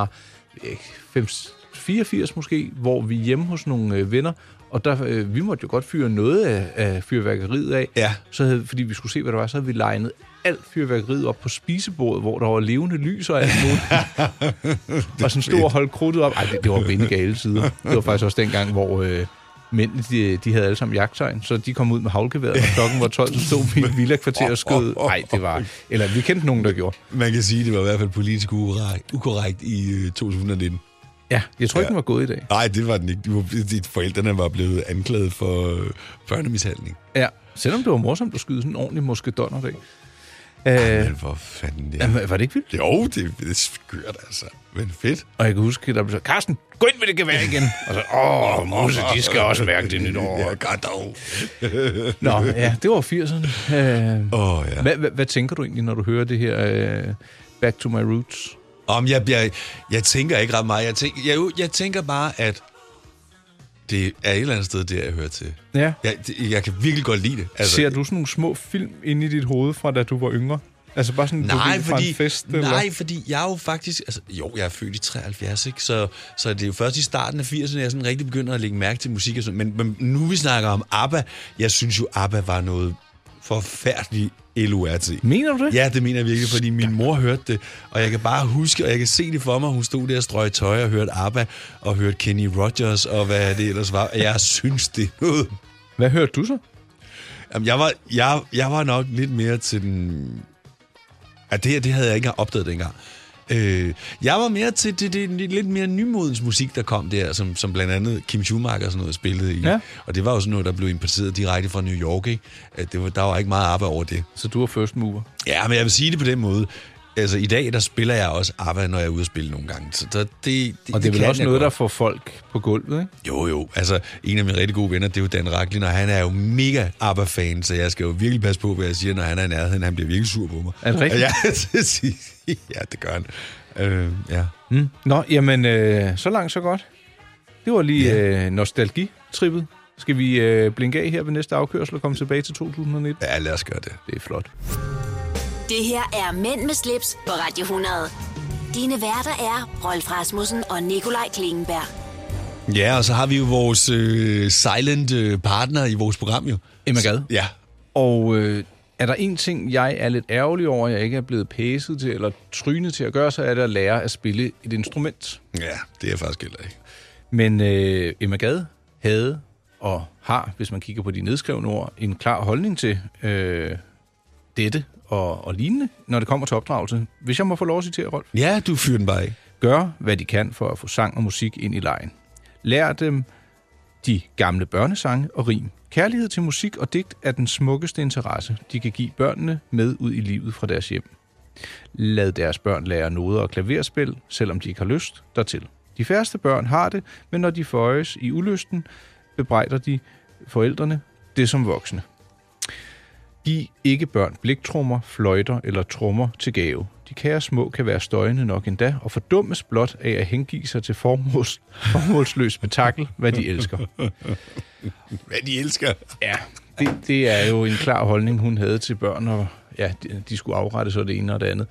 jeg ved ikke, 5, 84 måske, hvor vi er hjemme hos nogle øh, venner, og der, øh, vi måtte jo godt fyre noget af, af fyrværkeriet af, ja. så havde, fordi vi skulle se, hvad der var, så havde vi legnet alt fyrværkeriet op på spisebordet, hvor der var levende lys og alt muligt. og sådan stod og holdt krudtet op. Ej, det, det var vinde gale sider. Det var faktisk også dengang, hvor øh, mændene, de, de havde alle sammen jagttegn, så de kom ud med havlgeværet, og klokken var 12, så stod vi i et villakvarter og skød. Nej, det var... Eller vi kendte nogen, der gjorde. Man kan sige, det var i hvert fald politisk ukorrekt, ukorrekt i øh, 2019. Ja, jeg tror ikke, den var gået i dag. Nej, det var den ikke. De var, de, forældrene var blevet anklaget for øh, børnemishandling. Ja, selvom det var morsomt at skyde sådan en ordentlig muskedonner dag. Øh, Øh, men hvor fanden det jamen, var det ikke vildt? Jo, det, det er skørt, altså. Men fedt. Og jeg kan huske, der blev sagt, Carsten, gå ind med det gevær igen. Og så, åh, Musse, de skal også mærke det nytår. Ja, godt dog. Nå, ja, det var 80'erne. Øh, Åh, ja. hvad, hvad, hvad tænker du egentlig, når du hører det her øh, Back to My Roots? Om jeg, jeg, jeg tænker ikke ret meget. Jeg tænker, jeg, jeg tænker bare, at det er et eller andet sted, det jeg hører til. Ja. Jeg, det, jeg kan virkelig godt lide det. Altså, Ser du sådan nogle små film inde i dit hoved fra, da du var yngre? Altså bare sådan, du Nej, ved, fra fordi, en fest? nej, fordi jeg er jo faktisk... Altså, jo, jeg er født i 73, ikke? Så, så det er jo først i starten af 80'erne, jeg sådan rigtig begynder at lægge mærke til musik og sådan. Men, men nu vi snakker om ABBA, jeg synes jo, ABBA var noget forfærdeligt LORT. Mener du det? Ja, det mener jeg virkelig, fordi min mor hørte det, og jeg kan bare huske, og jeg kan se det for mig, hun stod der og strøg tøj og hørte ABBA, og hørte Kenny Rogers, og hvad det ellers var. Jeg synes, det er noget Hvad hørte du så? Jamen, jeg var, jeg, jeg var nok lidt mere til den... Ja, det her, det havde jeg ikke engang opdaget dengang. Øh, jeg var mere til det, det, det lidt mere nymodens musik, der kom der, som, som blandt andet Kim Schumacher og sådan noget spillede i. Ja. Og det var jo sådan noget, der blev importeret direkte fra New York, ikke? At det var, der var ikke meget arbejde over det. Så du er first mover? Ja, men jeg vil sige det på den måde. altså i dag, der spiller jeg også ABBA, når jeg er ude at spille nogle gange. Så der, det, det, Og det er vel kan også jeg noget, godt. der får folk på gulvet, ikke? Jo, jo. Altså, en af mine rigtig gode venner, det er jo Dan Raklin, og han er jo mega ABBA-fan, så jeg skal jo virkelig passe på, hvad jeg siger, når han er i nærheden. Han bliver virkelig sur på mig. Er det rigtigt? Ja, præcis. ja det gør han. Øh, ja. Mm. Nå, jamen, øh, så langt, så godt. Det var lige yeah. øh, nostalgitrippet. Skal vi øh, blinke af her ved næste afkørsel og komme tilbage til 2019? Ja, lad os gøre det. Det er flot. Det her er Mænd med slips på Radio 100. Dine værter er Rolf Rasmussen og Nikolaj Klingenberg. Ja, og så har vi jo vores øh, silent øh, partner i vores program, jo. Emma Gad. Ja. Og øh, er der en ting, jeg er lidt ærgerlig over, at jeg ikke er blevet pæset til eller trynet til at gøre, så er det at lære at spille et instrument. Ja, det er jeg faktisk heller ikke. Men øh, Emma Gad havde og har, hvis man kigger på de nedskrevne ord, en klar holdning til øh, dette og, og lignende, når det kommer til opdragelse. Hvis jeg må få lov at citere, Rolf. Ja, du fyrer den bare af. Gør, hvad de kan for at få sang og musik ind i lejen. Lær dem de gamle børnesange og rim. Kærlighed til musik og digt er den smukkeste interesse, de kan give børnene med ud i livet fra deres hjem. Lad deres børn lære noder og klaverspil, selvom de ikke har lyst dertil. De færreste børn har det, men når de føjes i ulysten, bebrejder de forældrene det som voksne. Giv ikke børn bliktrummer, fløjter eller trommer til gave. De kære små kan være støjende nok endda, og fordummes blot af at hengive sig til formåls, formålsløs spektakel, hvad de elsker. Hvad de elsker. Ja, det, det er jo en klar holdning, hun havde til børn, og ja, de, de skulle afrette så det ene og det andet.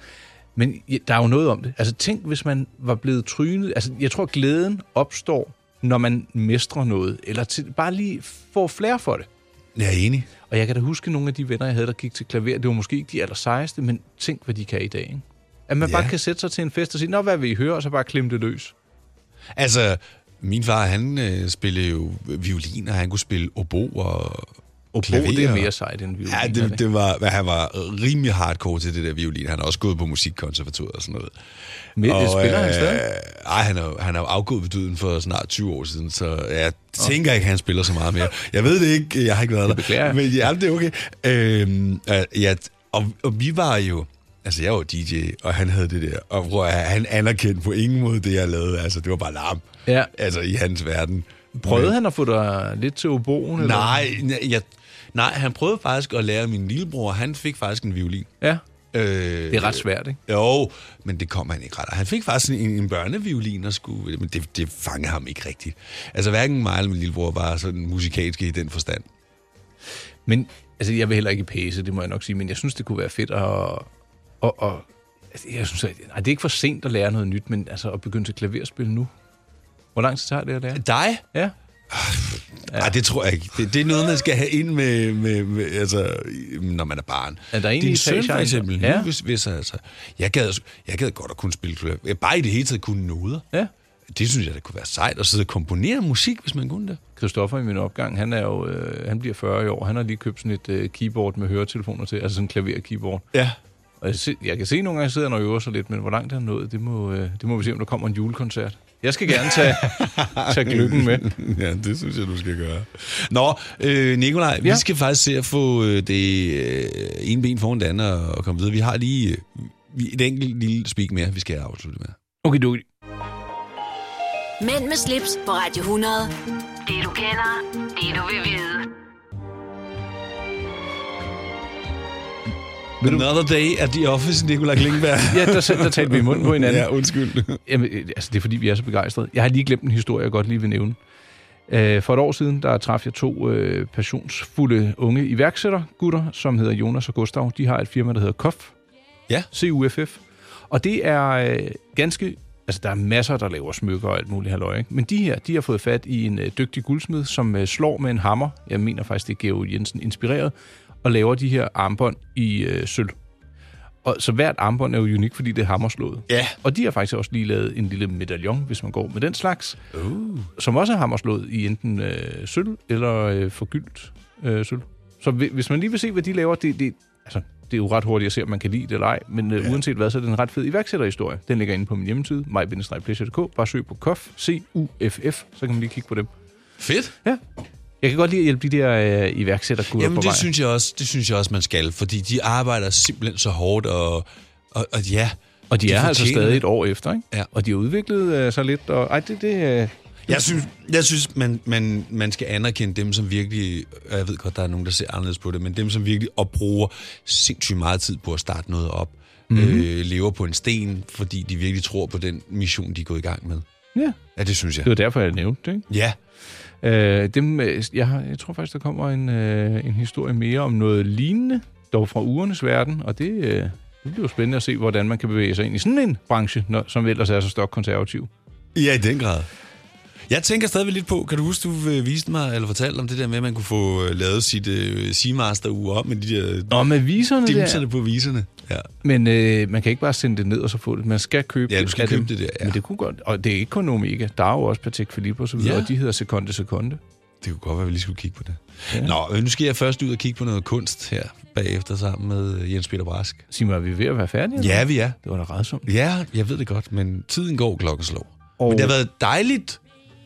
Men ja, der er jo noget om det. Altså tænk, hvis man var blevet trynet. Altså jeg tror, glæden opstår, når man mestrer noget, eller til, bare lige får flere for det. Jeg er enig. Og jeg kan da huske nogle af de venner, jeg havde, der gik til klaver. Det var måske ikke de aller sejeste, men tænk, hvad de kan i dag. Ikke? At man Ja. ja. bare kan sætte sig til en fest og sige, nå, hvad vil I høre? Og så bare klemme det løs. Altså, min far, han øh, spillede jo violin, og han kunne spille obo og Obo, klaver. det er mere sejt end violin, Ja, er det det, ikke? det var, han var rimelig hardcore til det der violin. Han har også gået på musikkonservatoriet og sådan noget. Men spiller han stadig? Nej, øh, han er, han er jo afgået ved døden for snart 20 år siden, så jeg tænker ikke, han spiller så meget mere. Jeg ved det ikke, jeg har ikke været der. beklager. Men ja, det er okay. Øhm, øh, ja, og, og vi var jo... Altså, jeg var DJ, og han havde det der. Og prøv at høre, han anerkendte på ingen måde det, jeg lavede. Altså, det var bare larm. Ja. Altså, i hans verden. Prøvede han at få dig lidt til oboen? Eller? Nej, nej, jeg, nej, han prøvede faktisk at lære min lillebror. Han fik faktisk en violin. Ja. Øh, Det er ret svært, ikke? Jo, men det kom han ikke ret. Han fik faktisk en, en børneviolin, og skulle, men det, det fangede ham ikke rigtigt. Altså, hverken mig eller min lillebror var sådan musikalske i den forstand. Men altså, jeg vil heller ikke pæse, det må jeg nok sige, men jeg synes, det kunne være fedt at... at, at altså, jeg synes, at, nej, det er ikke for sent at lære noget nyt, men altså at begynde til klaverspil nu. Hvor lang tid tager det at lære? Dig? Ja. Nej, Ah, det tror jeg ikke. Det, det er noget, man skal have ind med, med, med altså, når man er barn. Er der en Din i søn for etagen? eksempel, nu, Ja. hvis, hvis altså, jeg, gad, jeg gad godt at kunne spille klaver. Bare i det hele taget kunne noder. Ja. Det synes jeg, det kunne være sejt at sidde og komponere musik, hvis man kunne det. Christoffer i min opgang, han er jo, øh, han bliver 40 i år. Han har lige købt sådan et øh, keyboard med høretelefoner til, altså sådan en klaverkeyboard. Ja. Og jeg, se, jeg kan se nogle gange, jeg sidder han og øver sig lidt, men hvor langt er han nået, det må, øh, det må vi se, om der kommer en julekoncert. Jeg skal gerne tage, tage gløggen med. ja, det synes jeg, du skal gøre. Nå, øh, Nikolaj, ja. vi skal faktisk se at få øh, det øh, ene ben foran det andet og, og komme videre. Vi har lige øh, vi- et enkelt lille speak mere, vi skal afslutte med. Okay, du. Mænd med slips på Radio 100. Det du kender, det du vil vide. Another day at the office, Nikolaj Klingberg. Ja, der, der talte vi i munden på hinanden. Ja, undskyld. Jamen, øh, altså, det er fordi, vi er så begejstrede. Jeg har lige glemt en historie, jeg godt lige vil nævne. Øh, For et år siden, der traf jeg to øh, passionsfulde unge iværksættergutter, som hedder Jonas og Gustav. De har et firma, der hedder KOF. Ja. CUFF. Og det er øh, ganske... Altså, der er masser, der laver smykker og alt muligt halløj, ikke? Men de her, de har fået fat i en øh, dygtig guldsmed, som øh, slår med en hammer. Jeg mener faktisk, det er Geo Jensen inspireret. Og laver de her armbånd i øh, sølv. Og, så hvert armbånd er jo unik, fordi det er hammerslået. Ja. Og de har faktisk også lige lavet en lille medaljon, hvis man går med den slags, uh. som også er hammerslået i enten øh, sølv eller øh, forgyldt øh, sølv. Så hvi- hvis man lige vil se, hvad de laver, det, det, altså, det er jo ret hurtigt at se, om man kan lide det eller ej, men øh, uanset hvad, så er det en ret fed iværksætterhistorie. Den ligger inde på min hjemmeside, myvindestregpleasure.dk. Bare søg på KOF, C-U-F-F, så kan man lige kigge på dem. Fedt. Ja. Jeg kan godt lide at hjælpe de der øh, iværksættergutter Jamen, på det vej. synes, jeg også, det synes jeg også, man skal, fordi de arbejder simpelthen så hårdt, og Og, og ja, Og de, er altså fortjener stadig det. et år efter, ikke? Ja. Og de har udviklet øh, sig lidt, og ej, det, det øh, Jeg synes, jeg synes man, man, man skal anerkende dem, som virkelig... og Jeg ved godt, der er nogen, der ser anderledes på det, men dem, som virkelig opbruger sindssygt meget tid på at starte noget op, Mhm. mm. øh, lever på en sten, fordi de virkelig tror på den mission, de er gået i gang med. Ja. Ja, det synes jeg. Det var derfor, jeg nævnte det, ikke? Ja. Øh, dem, øh, jeg, har, jeg tror faktisk, der kommer en, øh, en historie mere om noget lignende, dog fra ugernes verden, og det, øh, det bliver jo spændende at se, hvordan man kan bevæge sig ind i sådan en branche, når, som ellers er så stokkonservativ. Ja, i den grad. Jeg tænker stadigvæk lidt på, kan du huske, du øh, viste mig eller fortalte om det der med, at man kunne få øh, lavet sit øh, Seamaster uge op med de der... Nå, med viserne der. dimserne på viserne. Ja. Men øh, man kan ikke bare sende det ned og så få det. Man skal købe Ja, det. du skal af købe dem. det der, ja. Men det kunne godt. Og det er ikke kun Omega. Der er jo også Patek Philippe og så videre, Ja. ja. og de hedder Sekunde Sekunde. Det kunne godt være, at vi lige skulle kigge på det. Ja. Nå, øh, nu skal jeg først ud og kigge på noget kunst her bagefter sammen med øh, Jens Peter Brask. Sig mig, er vi ved at være færdige? eller Ja, hvad? vi er. Det var da redsomt. Ja, jeg ved det godt, men tiden går klokken slår. Og- Og... Men det har været dejligt.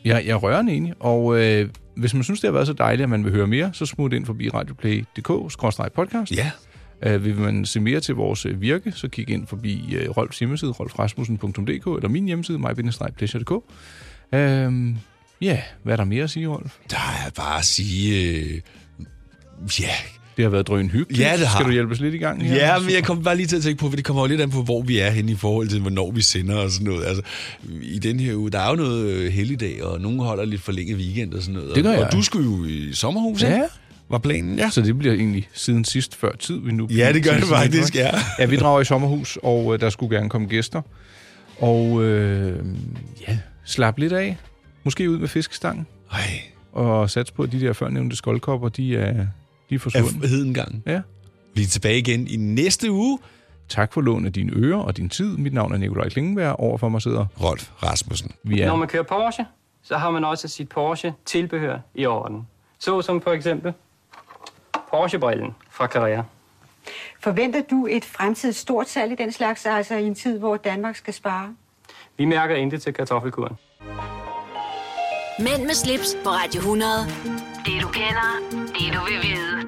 Ja, jeg er rørende enig. Og øh, hvis man synes, det har været så dejligt, at man vil høre mere, så smut ind forbi radioplay.dk-podcast. Ja. Øh, vil man se mere til vores øh, virke, så kig ind forbi øh, Rolfs hjemmeside, rolfrasmussen.dk, eller min hjemmeside, mig-pleasure.dk. Øhm, ja, hvad er der mere at sige, Rolf? Der er bare at sige... Øh... Ja, Det har været drøn hyggeligt. Ja, det har. Skal du hjælpes lidt i gang? her? Ja, men jeg kom bare lige til at tænke på, for det kommer jo lidt an på, hvor vi er henne i forhold til, hvornår vi sender og sådan noget. Altså, i den her uge, der er jo noget øh, helligdag, og nogen holder lidt forlænget weekend og sådan noget. Det gør og, jeg. og du skulle jo i sommerhus, Ja. ikke? Var planen, ja. Så det bliver egentlig siden sidst før tid, vi nu... Ja, det gør det faktisk, ja. Ja, vi drager i sommerhus, og øh, der skulle gerne komme gæster. Og øh, ja, slap lidt af. Måske ud med fiskestangen. Ej. Og sats på, at de der førnævnte skoldkopper, de er, de er forsvundet. Af hedengangen. Ja. Vi er tilbage igen i næste uge. Tak for lånet af dine ører og din tid. Mit navn er Nikolaj Klingenberg. Overfor mig sidder... Rolf Rasmussen. Vi er... Når man kører Porsche, så har man også sit Porsche-tilbehør i orden. Så som for eksempel Porsche-brillen fra Carrera. Forventer du et fremtidigt stort salg i den slags, altså i en tid, hvor Danmark skal spare? Vi mærker intet til kartoffelkuren. Mænd med slips på Radio 100. Det du kender, det du vil vide.